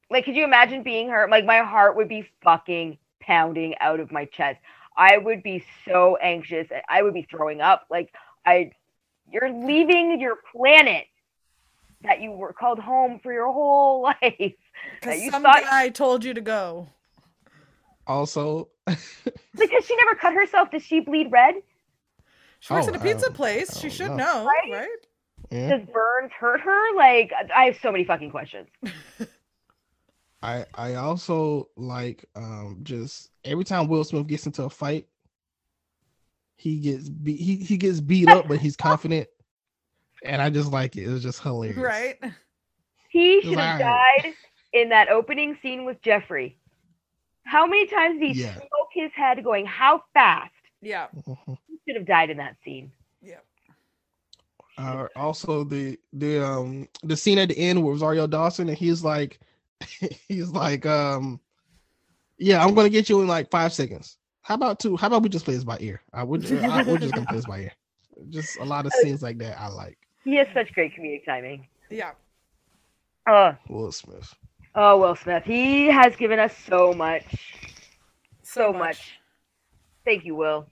Speaker 2: Like could you imagine being her? Like my heart would be fucking pounding out of my chest. I would be so anxious. I would be throwing up. Like I you're leaving your planet that you were called home for your whole life.
Speaker 1: Because
Speaker 2: you
Speaker 1: some
Speaker 2: thought-
Speaker 1: guy told you to go.
Speaker 3: Also,
Speaker 2: Because she never cut herself, does she bleed red?
Speaker 1: She works
Speaker 3: Oh,
Speaker 1: at a
Speaker 3: I
Speaker 1: pizza
Speaker 3: don't-
Speaker 1: place.
Speaker 3: I
Speaker 1: She
Speaker 3: don't
Speaker 1: should know,
Speaker 3: know.
Speaker 2: Right?
Speaker 1: right?
Speaker 3: yeah,
Speaker 2: Does burns hurt her? Like, I have so many fucking questions.
Speaker 3: I I also like um just every time Will Smith gets into a fight, he gets beat he, he gets beat up, but he's confident. And I just like it. It was just hilarious.
Speaker 1: Right?
Speaker 2: He should have
Speaker 3: Right.
Speaker 2: died in that opening scene with Jeffrey. How many times did he
Speaker 3: Yeah.
Speaker 2: smoke his head going, How fast?
Speaker 1: Yeah.
Speaker 3: Mhm.
Speaker 2: He should have died in that scene.
Speaker 1: Yeah.
Speaker 3: Uh, also the the um the scene at the end where Rosario Dawson and he's like he's like um yeah I'm gonna get you in like five seconds. How about two? How about we just play this by ear? I would I, we're just gonna play this by ear. Just a lot of scenes like that I like
Speaker 2: He has such great comedic timing.
Speaker 1: Yeah.
Speaker 2: Oh,
Speaker 3: Will Smith.
Speaker 2: oh, Will Smith. He has given us so much. So much. Thank you, Will.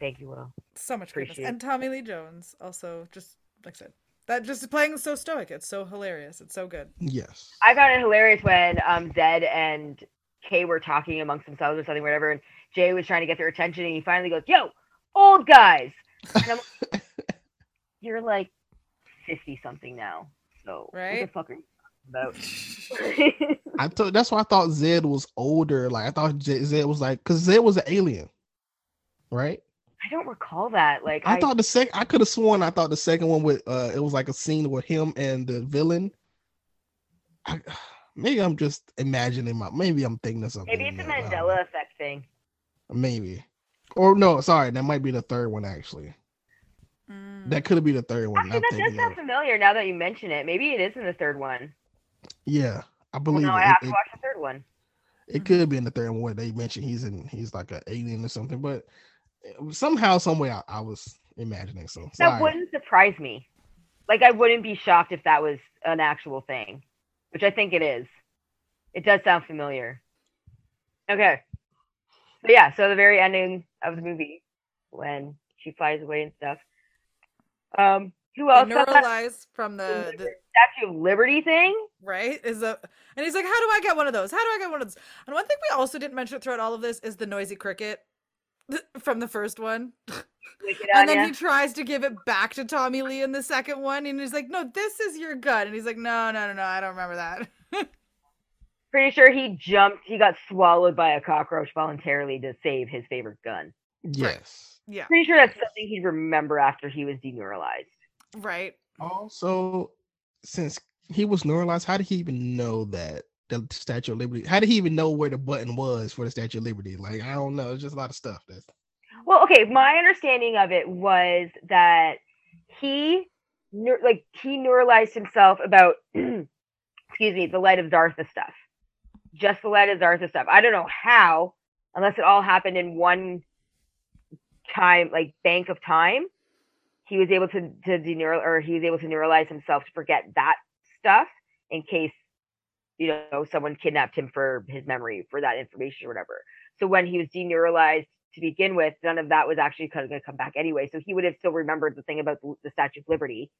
Speaker 2: Thank you, Will.
Speaker 1: So much greatness.
Speaker 2: Appreciate
Speaker 1: And Tommy Lee Jones also just like I said. That just playing so stoic. It's so hilarious. It's so good.
Speaker 3: Yes.
Speaker 2: I found it hilarious when um Zed and Kay were talking amongst themselves or something, whatever, and Jay was trying to get their attention and he finally goes, Yo, old guys. And I'm like, You're like fifty something now. So what
Speaker 1: Right?
Speaker 2: the fuck are you talking about?
Speaker 3: I thought that's why I thought Zed was older. Like I thought J- Zed was like because Zed was an alien, right?
Speaker 2: I don't recall that. Like
Speaker 3: I thought the second I could have sworn I thought the second one with uh it was like a scene with him and the villain. I, maybe I'm just imagining my maybe I'm thinking of something.
Speaker 2: maybe it's a
Speaker 3: now, I don't
Speaker 2: Mandela effect thing.
Speaker 3: know. Maybe. Or no, sorry, that might be the third one actually.
Speaker 1: Mm.
Speaker 3: That could have been the third one.
Speaker 2: Actually,
Speaker 3: I'm
Speaker 2: that does
Speaker 3: thinking
Speaker 2: sound
Speaker 3: of.
Speaker 2: familiar now that you mention it. Maybe it is in the third one.
Speaker 3: Yeah, I
Speaker 2: Well,
Speaker 3: believe
Speaker 2: no,
Speaker 3: it.
Speaker 2: I have
Speaker 3: It-
Speaker 2: to
Speaker 3: it-
Speaker 2: watch the third one. Mm-hmm.
Speaker 3: It could be in the third one where they mentioned he's in he's like an alien or something, but uh, somehow, somewhere I, I was imagining. So
Speaker 2: That
Speaker 3: sorry.
Speaker 2: wouldn't surprise me. Like I wouldn't be shocked if that was an actual thing, which I think it is. It does sound familiar. Okay. So yeah, so the very ending of the movie when she flies away and stuff. Um, who
Speaker 1: The
Speaker 2: else? got that
Speaker 1: neuralize from the, the
Speaker 2: Statue of Liberty thing.
Speaker 1: right is a and he's like how do i get one of those how do i get one of those and one thing we also didn't mention throughout all of this is the noisy cricket from the first one
Speaker 2: Wicked
Speaker 1: and then
Speaker 2: Anya.
Speaker 1: he tries to give it back to tommy lee in the second one and he's like no this is your gun and he's like no no no no i don't remember that
Speaker 2: Pretty sure he jumped. He got swallowed by a cockroach voluntarily to save his favorite gun.
Speaker 3: yes.
Speaker 1: yeah
Speaker 2: Pretty sure that's something he'd remember after he was deneuralized.
Speaker 1: right
Speaker 3: Also, since he was neuralized, how did he even know that the Statue of Liberty? How did he even know where the button was for the Statue of Liberty? Like I don't know. It's just a lot of stuff. That's
Speaker 2: Well, okay, my understanding of it was that he neur- like he neuralized himself about excuse me, the light of Zartha stuff. Just the light of Zartha stuff. I don't know how, unless it all happened in one time, like bank of time. He was able to to deneural or he was able to neuralize himself to forget that stuff in case you know someone kidnapped him for his memory for that information or whatever. So when he was deneuralized to begin with, none of that was actually kind of going to come back anyway. So he would have still remembered the thing about the, the Statue of Liberty.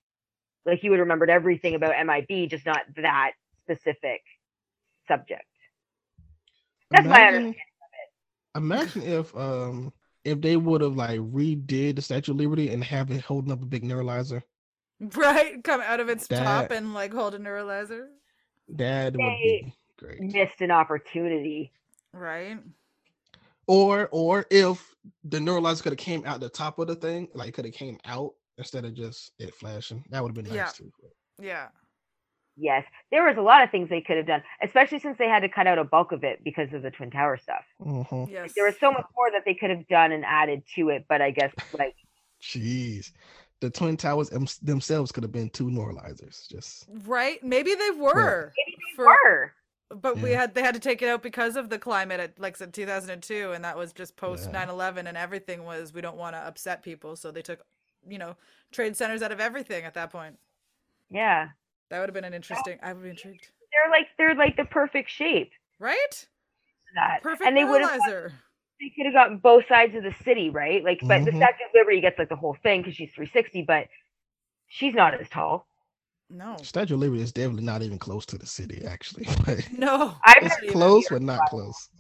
Speaker 2: Like he would have remembered everything about MIB, just not that specific subject. That's my understanding
Speaker 3: Imagine if um if they would have like redid the Statue of Liberty and have it holding up a big neuralizer,
Speaker 1: right come out of its top
Speaker 3: That-
Speaker 1: and like hold a neuralizer
Speaker 3: that would
Speaker 2: They-
Speaker 3: be great.
Speaker 2: Missed an opportunity.
Speaker 1: right
Speaker 3: or or if the neuralizer could have came out the top of the thing, like could have came out instead of just it flashing, that would have been nice
Speaker 1: Yeah.
Speaker 3: too. but
Speaker 1: yeah
Speaker 2: Yes, there was a lot of things they could have done, especially since they had to cut out a bulk of it because of the Twin Tower stuff.
Speaker 3: Mhm.
Speaker 4: Yes.
Speaker 2: There was so much more that they could have done and added to it, but I guess like
Speaker 3: Jeez, the twin towers em- themselves could have been two normalizers. Just
Speaker 1: right? Maybe they were.
Speaker 2: maybe they
Speaker 1: for-
Speaker 2: were.
Speaker 1: But we
Speaker 3: Yeah.
Speaker 1: had they had to take it out because of the climate at like I said 2002 and that was just post
Speaker 3: Yeah.
Speaker 1: 9/11 and everything was we don't want to upset people so they took you know trade centers out of everything at that point.
Speaker 2: Yeah,
Speaker 1: That would have been an interesting I would be intrigued.
Speaker 2: they're like they're like the perfect shape
Speaker 1: Right?
Speaker 2: for that,
Speaker 1: Perfect
Speaker 2: and they would have
Speaker 1: normalizer.
Speaker 2: they could have gotten both sides of the city, right? Like, but the
Speaker 3: Mhm.
Speaker 2: Statue of Liberty gets like the whole thing because she's 360, but she's not as tall.
Speaker 1: No.
Speaker 3: Statue of Liberty is definitely not even close to the city, actually. But
Speaker 1: No.
Speaker 2: I
Speaker 3: it's
Speaker 1: even
Speaker 3: close, but not close.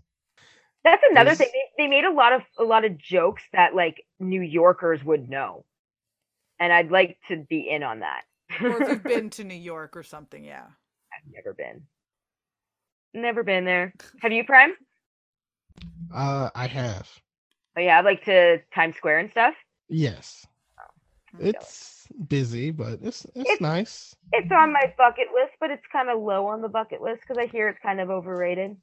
Speaker 2: That's another thing.
Speaker 3: Is-
Speaker 2: They, they made a lot of a lot of jokes that like New Yorkers would know, and I'd like to be in on that.
Speaker 1: or if
Speaker 2: I've
Speaker 1: you've been to New York or something, yeah.
Speaker 2: never been, never been there. Have you, Prime?
Speaker 3: Uh, I have.
Speaker 2: Oh yeah, like to Times Square and stuff.
Speaker 3: Yes,
Speaker 1: Oh, Okay.
Speaker 3: it's busy, but it's it's,
Speaker 2: It's-
Speaker 3: nice.
Speaker 2: It's on my bucket list, but it's kind of low on the bucket list because I hear it's kind of overrated.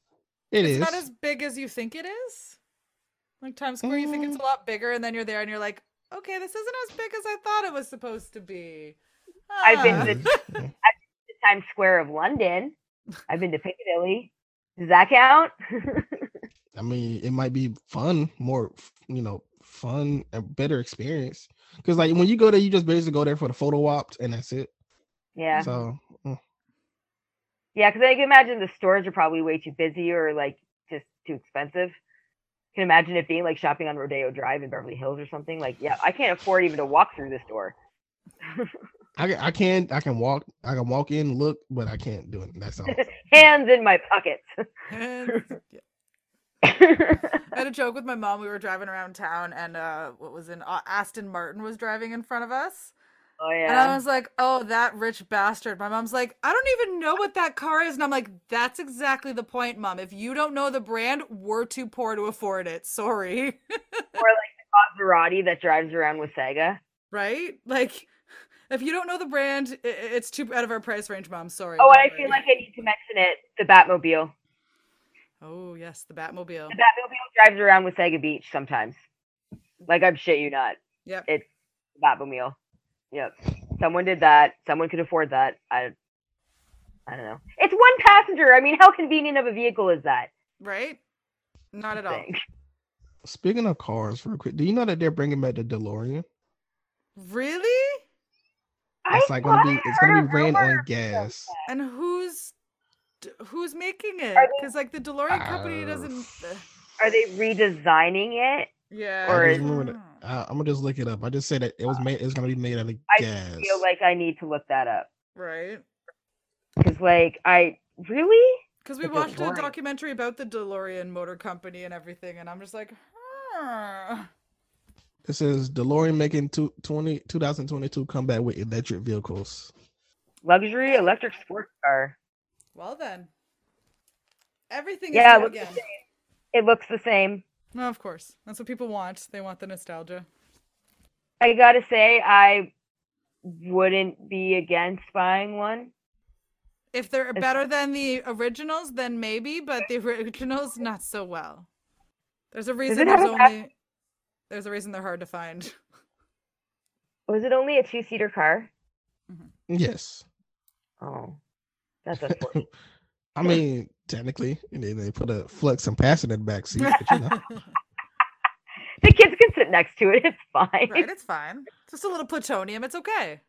Speaker 1: it's
Speaker 3: it's
Speaker 1: not as big as you think it is. Like Times Square, you think it's a lot bigger, and then you're there and you're like, okay, this isn't as big as I thought it was supposed to be.
Speaker 2: I've been to
Speaker 1: Ah."
Speaker 3: Yeah.
Speaker 2: to Times Square of London. I've been to Piccadilly. Does that count?
Speaker 3: I mean, it might be fun, more f- you know, fun and better experience. Because like when you go there, you just basically go there for the photo op and that's it.
Speaker 2: yeah.
Speaker 3: So mm,
Speaker 2: Yeah, because I can imagine the stores are probably way too busy or like just too expensive. can imagine it being like shopping on Rodeo Drive in Beverly Hills or something. Like, yeah, I can't afford even to walk through this door.
Speaker 3: I ca- I can I can walk I can walk in look, but I can't do it. That's all.
Speaker 2: Hands in my pockets.
Speaker 1: And- yeah. I had a joke with my mom. We were driving around town, and uh, what was in uh, Aston Martin was driving in front of us,
Speaker 2: oh
Speaker 1: and I
Speaker 2: yeah.
Speaker 1: was like, "Oh, that rich bastard!" My mom's like, "I don't even know what that car is," and I'm like, "That's exactly the point, mom. If you don't know the brand, we're too poor to afford it. Sorry,
Speaker 2: Maserati that drives around with Sega.
Speaker 1: right? Like, if you don't know the brand, i- i- it's too out of our price range, mom. Sorry.
Speaker 2: Oh,
Speaker 1: don't
Speaker 2: and I feel
Speaker 1: worry."
Speaker 2: like I need to mention it. The Batmobile.
Speaker 1: Oh yes, the Batmobile.
Speaker 2: The Batmobile drives around with Sega Beach sometimes. Like I'm shit you not.
Speaker 1: Yep.
Speaker 2: It's the Batmobile. Yep. Someone did that. Someone could afford that. I I don't know. It's one passenger. I mean, how convenient of a vehicle is that?
Speaker 1: Right? Not at all.
Speaker 2: Thing?
Speaker 3: Speaking of cars, real quick, do you know that they're bringing back the DeLorean?
Speaker 1: Really?
Speaker 2: I
Speaker 3: It's like gonna
Speaker 2: thought
Speaker 3: be
Speaker 2: I
Speaker 3: it's gonna
Speaker 2: heard
Speaker 3: be
Speaker 2: a
Speaker 3: ran on
Speaker 2: rumor.
Speaker 3: gas.
Speaker 1: And who's d- who's making it?
Speaker 2: they-
Speaker 1: Because like the DeLorean company
Speaker 3: Uh,
Speaker 1: doesn't. uh,
Speaker 2: Are they redesigning it?
Speaker 1: yeah. Mm.
Speaker 2: Or
Speaker 1: I
Speaker 2: is-
Speaker 1: don't
Speaker 3: Ruin it.
Speaker 1: know.
Speaker 3: Uh, I'm gonna just look it up. I just said that it was made. It's gonna be made out of
Speaker 2: Uh, I
Speaker 3: gas.
Speaker 2: I feel like I need to look that up
Speaker 1: Right.
Speaker 2: because, like, I really
Speaker 1: Because we
Speaker 2: The
Speaker 1: watched a
Speaker 2: DeLorean.
Speaker 1: documentary about the DeLorean Motor Company and everything, and I'm just like, huh.
Speaker 3: It says DeLorean making two, 20, 2022 comeback with electric vehicles.
Speaker 2: luxury electric sports car.
Speaker 1: Well then, everything is
Speaker 2: Yeah,
Speaker 1: yeah,
Speaker 2: it looks the
Speaker 1: again.
Speaker 2: same. It looks the same.
Speaker 1: No, of course. That's what people want. They want the nostalgia.
Speaker 2: I gotta say, I wouldn't be against buying one.
Speaker 1: If they're
Speaker 2: It's-
Speaker 1: better than the originals, then maybe, but the originals not so well. There's a reason
Speaker 2: have
Speaker 1: there's
Speaker 2: a back-
Speaker 1: only there's a reason they're hard to find.
Speaker 2: Was it only a two seater car?
Speaker 3: Yes,
Speaker 2: Oh, that's unfortunate.
Speaker 3: I mean technically, and then they put a flux and pass in the back seat. But, you know,
Speaker 2: the kids can sit next to it. It's fine.
Speaker 1: Right, it's fine. It's Just a little plutonium, it's okay.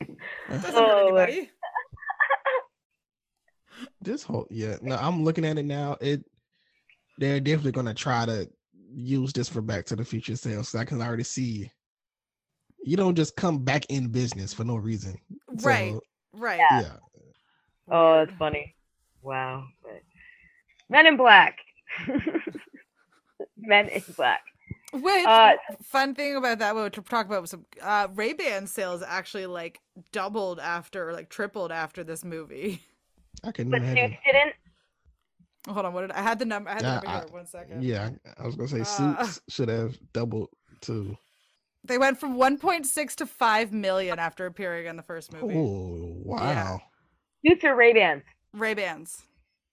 Speaker 1: Doesn't hurt
Speaker 2: Oh,
Speaker 1: anybody.
Speaker 3: this whole yeah. No, I'm looking at it now. It they're definitely gonna try to use this for Back to the Future sales. 'cause I can already see. You don't just come back in business for no reason.
Speaker 1: Right,
Speaker 3: So,
Speaker 1: right.
Speaker 3: yeah.
Speaker 2: Oh, that's
Speaker 1: Weird.
Speaker 2: funny. Wow. But- Men in Black. Men in Black.
Speaker 1: Which
Speaker 2: Uh,
Speaker 1: fun thing about that, what to talk about was some uh, Ray Ban sales actually like doubled after, or, like tripled after this movie.
Speaker 3: I can
Speaker 2: But Suits
Speaker 3: imagine.
Speaker 2: didn't.
Speaker 1: Hold on, what did I had the number? I had the
Speaker 3: Yeah,
Speaker 1: number
Speaker 3: I-
Speaker 1: here. One second.
Speaker 3: Yeah, I was gonna say
Speaker 1: Uh,
Speaker 3: suits should have doubled too.
Speaker 1: They went from 1.6 to 5 million after appearing in the first movie.
Speaker 3: Oh wow!
Speaker 2: Future Ray Bans.
Speaker 1: Ray Bans.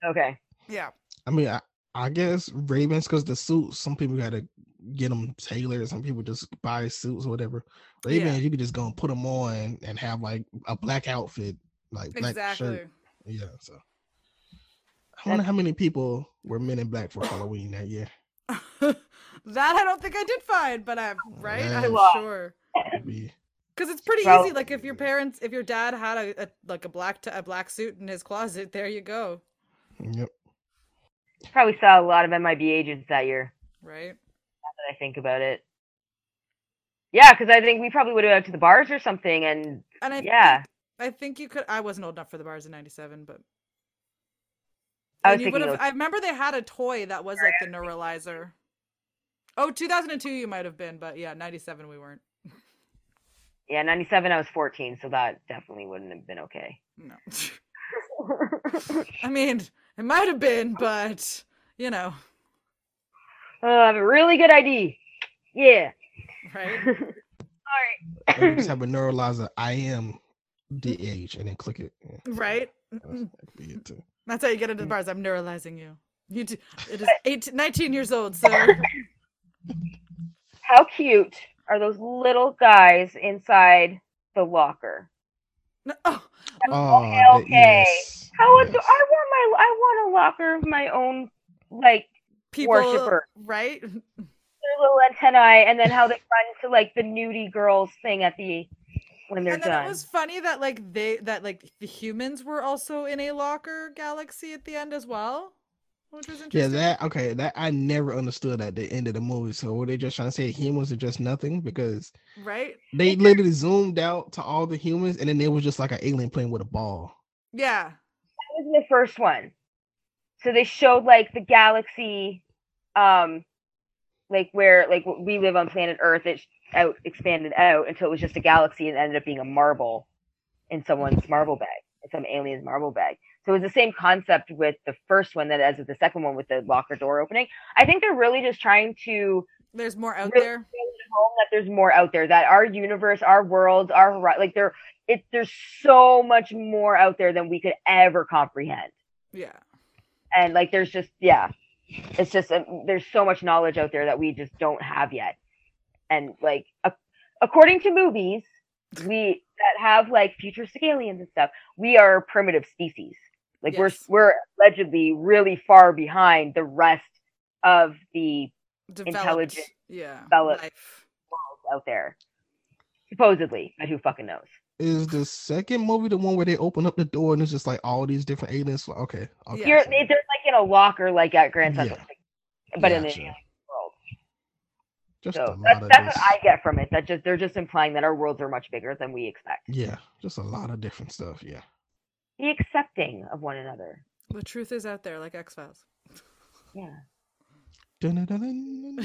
Speaker 2: Okay.
Speaker 1: Yeah.
Speaker 3: I mean, I, I guess Ravens because the suits. Some people gotta get them tailored. Some people just buy suits or whatever.
Speaker 1: Yeah.
Speaker 3: Ravens, you could just go and put them on and have like a black outfit, like black
Speaker 1: Exactly.
Speaker 3: shirt. Yeah. So I wonder how many people were Men in Black for Halloween that year.
Speaker 1: that I don't think I did find, but I'm right.
Speaker 3: Yes.
Speaker 1: I'm
Speaker 2: Wow.
Speaker 1: sure
Speaker 3: It'd be-
Speaker 1: because it's pretty
Speaker 2: Well-
Speaker 1: easy. Like if your parents, if your dad had a, a like a black t- a black suit in his closet, there you go.
Speaker 3: Yep.
Speaker 2: Probably saw a lot of MIB agents that year.
Speaker 1: Right.
Speaker 2: that I think about it. Yeah, because I think we probably would have out to the bars or something, and
Speaker 1: And I
Speaker 2: yeah,
Speaker 1: I think you could. I wasn't old enough for the bars in '97, but
Speaker 2: I
Speaker 1: And you
Speaker 2: was thinking
Speaker 1: would've-
Speaker 2: those-
Speaker 1: I remember they had a toy that was like the neuralizer. Oh, 2002 you might have been, but yeah, 97 we weren't.
Speaker 2: yeah, ninety seven. I was fourteen, so that definitely wouldn't have been okay.
Speaker 1: No. I mean, it might have been, but you know,
Speaker 2: oh, I have a really good ID. Yeah.
Speaker 1: right?
Speaker 2: All
Speaker 3: Or you
Speaker 2: right.
Speaker 3: just have a neuralizer. I am DH, and then click it. Yeah, so
Speaker 1: Right?
Speaker 3: that's- that could be it too.
Speaker 1: That's how you get into the
Speaker 3: Mm.
Speaker 1: bars. I'm neuralizing you. You do, it is 18, 19 years old, so
Speaker 2: How cute are those little guys inside the locker?
Speaker 1: No- oh,
Speaker 3: Oh,
Speaker 2: okay. How ado- I want my I want a locker of my own, like
Speaker 1: people
Speaker 2: Worshipper.
Speaker 1: right?
Speaker 2: their little antennae, and then how they run to like the nudie girls thing at the when they're
Speaker 1: and then
Speaker 2: done.
Speaker 1: it was funny that like they that like the humans were also in a locker galaxy at the end as well. Which was
Speaker 3: Yeah,
Speaker 1: interesting.
Speaker 3: that okay. That I never understood at the end of the movie. So were they just trying to say humans are just nothing because
Speaker 1: right?
Speaker 3: they literally zoomed out to all the humans, and then there was just like an alien playing with a ball.
Speaker 1: Yeah.
Speaker 2: That was in the first one. So they showed like the galaxy, um, like where like w- we live on planet Earth. It sh- out expanded out until it was just a galaxy and ended up being a marble in someone's marble bag, in some alien's marble bag. So it was the same concept with the first one that as with the second one with the locker door opening. I think they're really just trying to
Speaker 1: There's more out
Speaker 2: Really-
Speaker 1: there.
Speaker 2: home that there's more out there that our universe our worlds our hori- like there it there's so much more out there than we could ever comprehend
Speaker 1: Yeah.
Speaker 2: and like there's just yeah it's just uh, there's so much knowledge out there that we just don't have yet and like a- according to movies we that have like futuristic aliens and stuff we are a primitive species like
Speaker 1: Yes.
Speaker 2: we're we're allegedly really far behind the rest of the
Speaker 1: Developed.
Speaker 2: Intelligent
Speaker 1: Yeah.
Speaker 2: developed.
Speaker 1: Life.
Speaker 2: out there supposedly but who fucking knows
Speaker 3: Is the second movie the one where they open up the door and it's just like all these different aliens? Like, okay, okay.
Speaker 1: Yeah.
Speaker 2: You're,
Speaker 3: so-
Speaker 2: they, they're like in a locker, like at Grand Central, but in the
Speaker 3: gotcha.
Speaker 2: alien world.
Speaker 3: just a
Speaker 2: So
Speaker 3: lot
Speaker 2: that's,
Speaker 3: of
Speaker 2: that's what
Speaker 3: this-
Speaker 2: I get from it. That just they're just implying that our worlds are much bigger than we expect.
Speaker 3: yeah, just a lot of different stuff. Yeah,
Speaker 2: The accepting of one another.
Speaker 1: The truth is out there, like X Files.
Speaker 2: Yeah,
Speaker 3: Dun-dun-dun-dun-dun.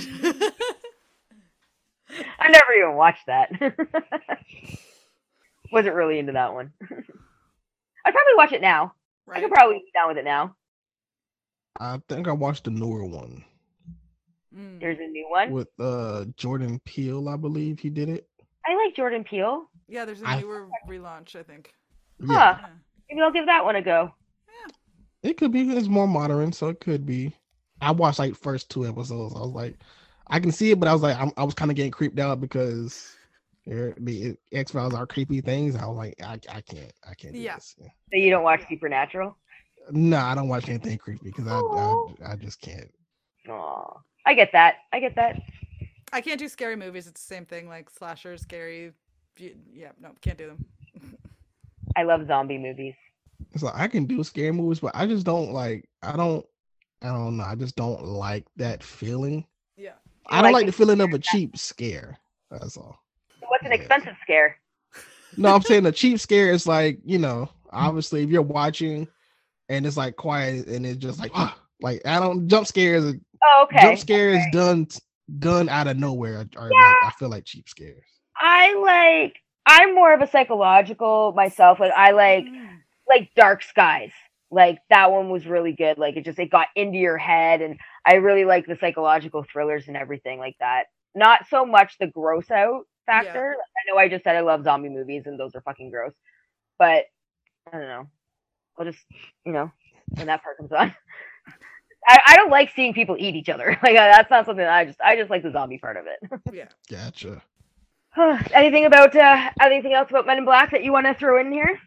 Speaker 2: I never even watched that. Wasn't really into that one. I'd probably watch it now. I
Speaker 1: right.
Speaker 2: could probably be down with it now.
Speaker 3: I think I watched the newer one
Speaker 1: Mm.
Speaker 2: There's a new one.
Speaker 3: with uh Jordan Peele. I believe he did it.
Speaker 2: I like Jordan Peele.
Speaker 1: Yeah, there's a
Speaker 3: I-
Speaker 1: newer relaunch, I think.
Speaker 3: Yeah,
Speaker 2: Huh.
Speaker 1: Yeah.
Speaker 2: Maybe I'll give that one a go.
Speaker 3: It could be. It's more modern, so it could be. I watched like first two episodes. I was like, I can see it, but I was like, I'm, I was kind of getting creeped out because there- the X Files are creepy things. I was like, I, I can't, I can't. Do
Speaker 1: Yeah.
Speaker 3: This. Yeah.
Speaker 2: So you don't watch Supernatural?
Speaker 3: No, I don't watch anything creepy because I,
Speaker 2: Aw.
Speaker 3: I, I just can't.
Speaker 2: Aw. I get that. I get that.
Speaker 1: I can't do scary movies. It's the same thing, like slasher, scary. you- Yeah, no, can't do them.
Speaker 2: I love zombie movies.
Speaker 3: It's like I can do scary movies, but I just don't like. I don't. I don't know. I just don't like that feeling.
Speaker 1: Yeah.
Speaker 3: I don't
Speaker 2: like
Speaker 3: like
Speaker 2: the
Speaker 3: the feeling of a cheap scare. That's all.
Speaker 2: What's an
Speaker 3: Yeah.
Speaker 2: expensive scare?
Speaker 3: No, I'm saying the cheap scare is like, you know, obviously if you're watching and it's like quiet and it's just like, ah, like I don't jump scares.
Speaker 2: Oh, okay.
Speaker 3: Jump scare is done done out of nowhere. Or like, I feel like cheap scares.
Speaker 2: I like I'm more of a psychological myself. Like I like
Speaker 1: Mm.
Speaker 2: like dark skies. Like that one was really good. Like it just it got into your head and I really like the psychological thrillers and everything like that. Not so much the gross out factor. I know I just said I love zombie movies and those are fucking gross, but I don't know. I'll just you know when that part comes on. I, I don't like seeing people eat each other. Like uh, that's not something that I just I just like the zombie part of it.
Speaker 1: Yeah.
Speaker 3: Gotcha.
Speaker 2: anything about uh, anything else about Men in Black that you want to throw in here?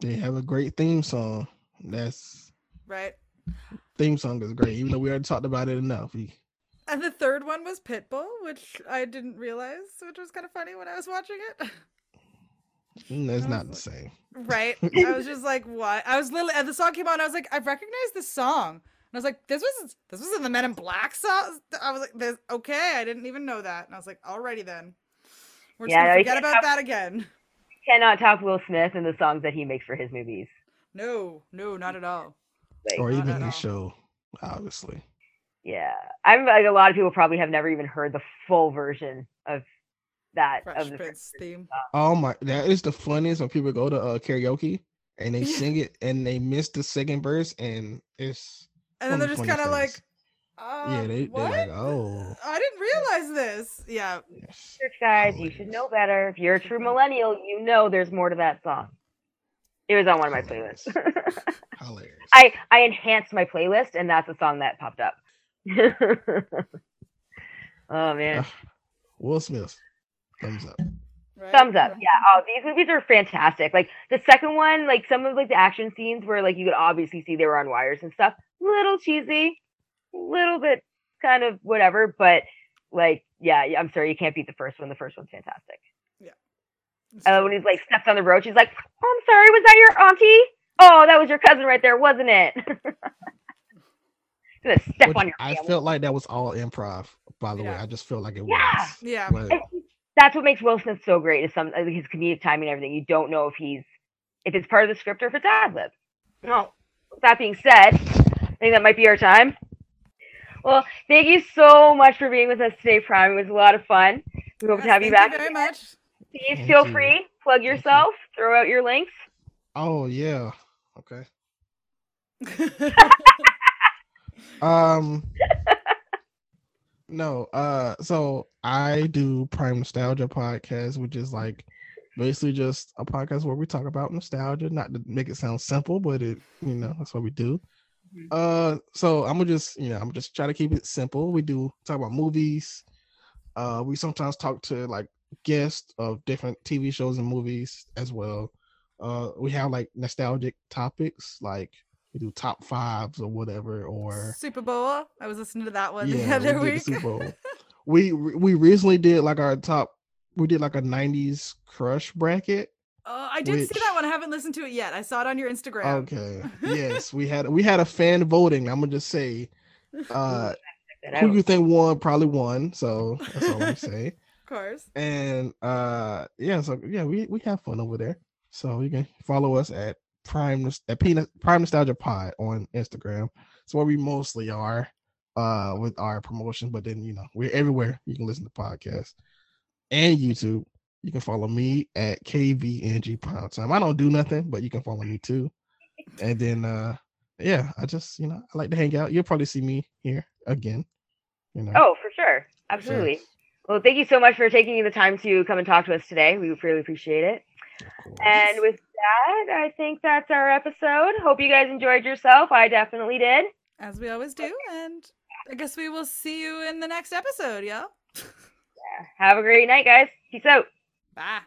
Speaker 3: They have a great theme song. That's
Speaker 1: Right.
Speaker 3: theme song is great, even though we already talked about it enough. We-
Speaker 1: And the third one was Pitbull, which I didn't realize, which was kind of funny when I was watching it.
Speaker 3: That's
Speaker 1: I
Speaker 3: not the
Speaker 1: was
Speaker 3: same.
Speaker 1: Right. I was just like, what? I was literally, and the song came on. I was like, I recognized this song. And I was like, this was this was in the Men in Black song. I was like, this okay. I didn't even know that. And I was like, alrighty then. We're just
Speaker 2: Yeah,
Speaker 1: gonna
Speaker 2: no, you
Speaker 1: forget
Speaker 2: can't
Speaker 1: about
Speaker 2: have-
Speaker 1: that again.
Speaker 2: Cannot top Will Smith and the songs that he makes for his movies.
Speaker 1: No, no, not at all.
Speaker 2: Like,
Speaker 3: Or
Speaker 1: not
Speaker 3: even
Speaker 1: at all.
Speaker 3: the show, obviously.
Speaker 2: Yeah, I'm like a lot of people probably have never even heard the full version of that
Speaker 1: Fresh
Speaker 2: of the
Speaker 1: Prince theme.
Speaker 3: Oh my, that is the funniest when people go to uh, karaoke and they
Speaker 1: Yeah.
Speaker 3: sing it and they miss the second verse and it's
Speaker 1: And then
Speaker 3: one
Speaker 1: they're
Speaker 3: of the
Speaker 1: just
Speaker 3: funniest
Speaker 1: kind of like,
Speaker 3: things.
Speaker 1: uh,
Speaker 3: yeah, they,
Speaker 1: what?
Speaker 3: they're like, oh,
Speaker 1: I didn't realize this. Yeah,
Speaker 3: yes.
Speaker 2: Research guys, you should know better. If you're a true millennial, you know there's more to that song. It was on one of my playlists.
Speaker 3: hilarious.
Speaker 2: I I enhanced my playlist, and that's a song that popped up. oh man,
Speaker 3: Ugh. Will Smith, thumbs up.
Speaker 1: right?
Speaker 2: thumbs up. Yeah, oh these movies are fantastic. Like the second one, like some of like the action scenes where like you could obviously see they were on wires and stuff. Little cheesy, little bit kind of whatever, but like yeah, yeah, I'm sorry, you can't beat the first one. The first one's fantastic.
Speaker 1: It's
Speaker 2: Uh,
Speaker 1: true.
Speaker 2: when he's like steps on the road, she's like, oh, "I'm sorry, was that your auntie? Oh, that was your cousin right there, wasn't it?" Gonna step
Speaker 3: Which
Speaker 2: on your.
Speaker 3: I
Speaker 2: family.
Speaker 3: felt like that was all improv. By the way,
Speaker 1: Yeah.
Speaker 3: I just felt like it
Speaker 2: Yeah.
Speaker 3: was.
Speaker 1: yeah,
Speaker 3: But
Speaker 2: That's what makes Will Smith so great is some uh, his comedic timing and everything. You don't know if he's if it's part of the script or if it's ad lib. No. With that being said, I think that might be our time. Well, thank you so much for being with us today, Prime. It was a lot of fun. We hope to
Speaker 1: Yes,
Speaker 2: have you
Speaker 1: thank
Speaker 2: back.
Speaker 1: very much.
Speaker 2: Please
Speaker 3: Thank
Speaker 2: feel
Speaker 3: you.
Speaker 2: free. Plug
Speaker 3: you.
Speaker 2: yourself. Throw out your links.
Speaker 3: oh yeah, okay. Um, no. Uh, so I do Prime Nostalgia podcast, which is like basically just a podcast where we talk about nostalgia. Not to make it sound simple, but it you know that's what we do.
Speaker 2: Mhm.
Speaker 3: Uh, so I'm gonna just you know I'm just try to keep it simple. We do talk about movies. Uh, we sometimes talk to like guests of different TV shows and movies as well. Uh, we have like nostalgic topics, like we do top fives or whatever, or
Speaker 1: Super Bowl. I was listening to that one
Speaker 3: yeah,
Speaker 1: the other
Speaker 3: we did the
Speaker 1: week.
Speaker 3: Super Bowl. we we recently did like our top. We did like a '90s crush bracket.
Speaker 1: Uh, I did see that
Speaker 3: Which-
Speaker 1: one. I haven't listened to it yet. I saw it on your Instagram.
Speaker 3: Okay. yes, we had we had a fan voting. I'm gonna just say, uh,
Speaker 2: Check that
Speaker 3: who
Speaker 2: out.
Speaker 3: you think won? Probably won. So that's all I'm saying.
Speaker 1: Of course.
Speaker 3: And uh, yeah, so yeah, we we have fun over there. So you can follow us at Prime Nos- at Peanut Prime Nostalgia Pod on Instagram. It's where we mostly are uh with our promotion, but then you know we're everywhere. You can listen to podcasts and YouTube. You can follow me at KVNG Pound Time. I don't do nothing, but you can follow me too. And then uh yeah, I just you know I like to hang out. You'll probably see me here again. You know.
Speaker 2: Oh, for sure.
Speaker 3: so,
Speaker 2: Absolutely. Well, thank you so much for taking the time to come and talk to us today. We really appreciate it.
Speaker 3: of course.
Speaker 2: And with that, I think that's our episode. Hope you guys enjoyed yourself. I definitely did.
Speaker 1: As we always do. And I guess we will see you in the next episode, y'all.
Speaker 2: Have a great night, guys. Peace out.
Speaker 1: Bye.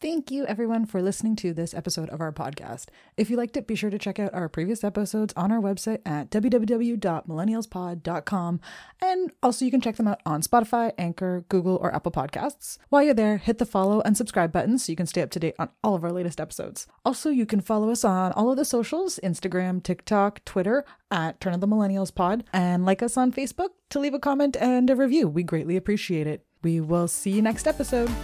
Speaker 4: Thank you, everyone, for listening to this episode of our podcast. If you liked it, be sure to check out our previous episodes on our website at www.millennialspod.com. And also, you can check them out on Spotify, Anchor, Google, or Apple Podcasts. While you're there, hit the follow and subscribe buttons so you can stay up to date on all of our latest episodes. Also, you can follow us on all of the socials Instagram, TikTok, Twitter at Turn of the Millennials Pod, and like us on Facebook to leave a comment and a review. We greatly appreciate it. We will see you next episode.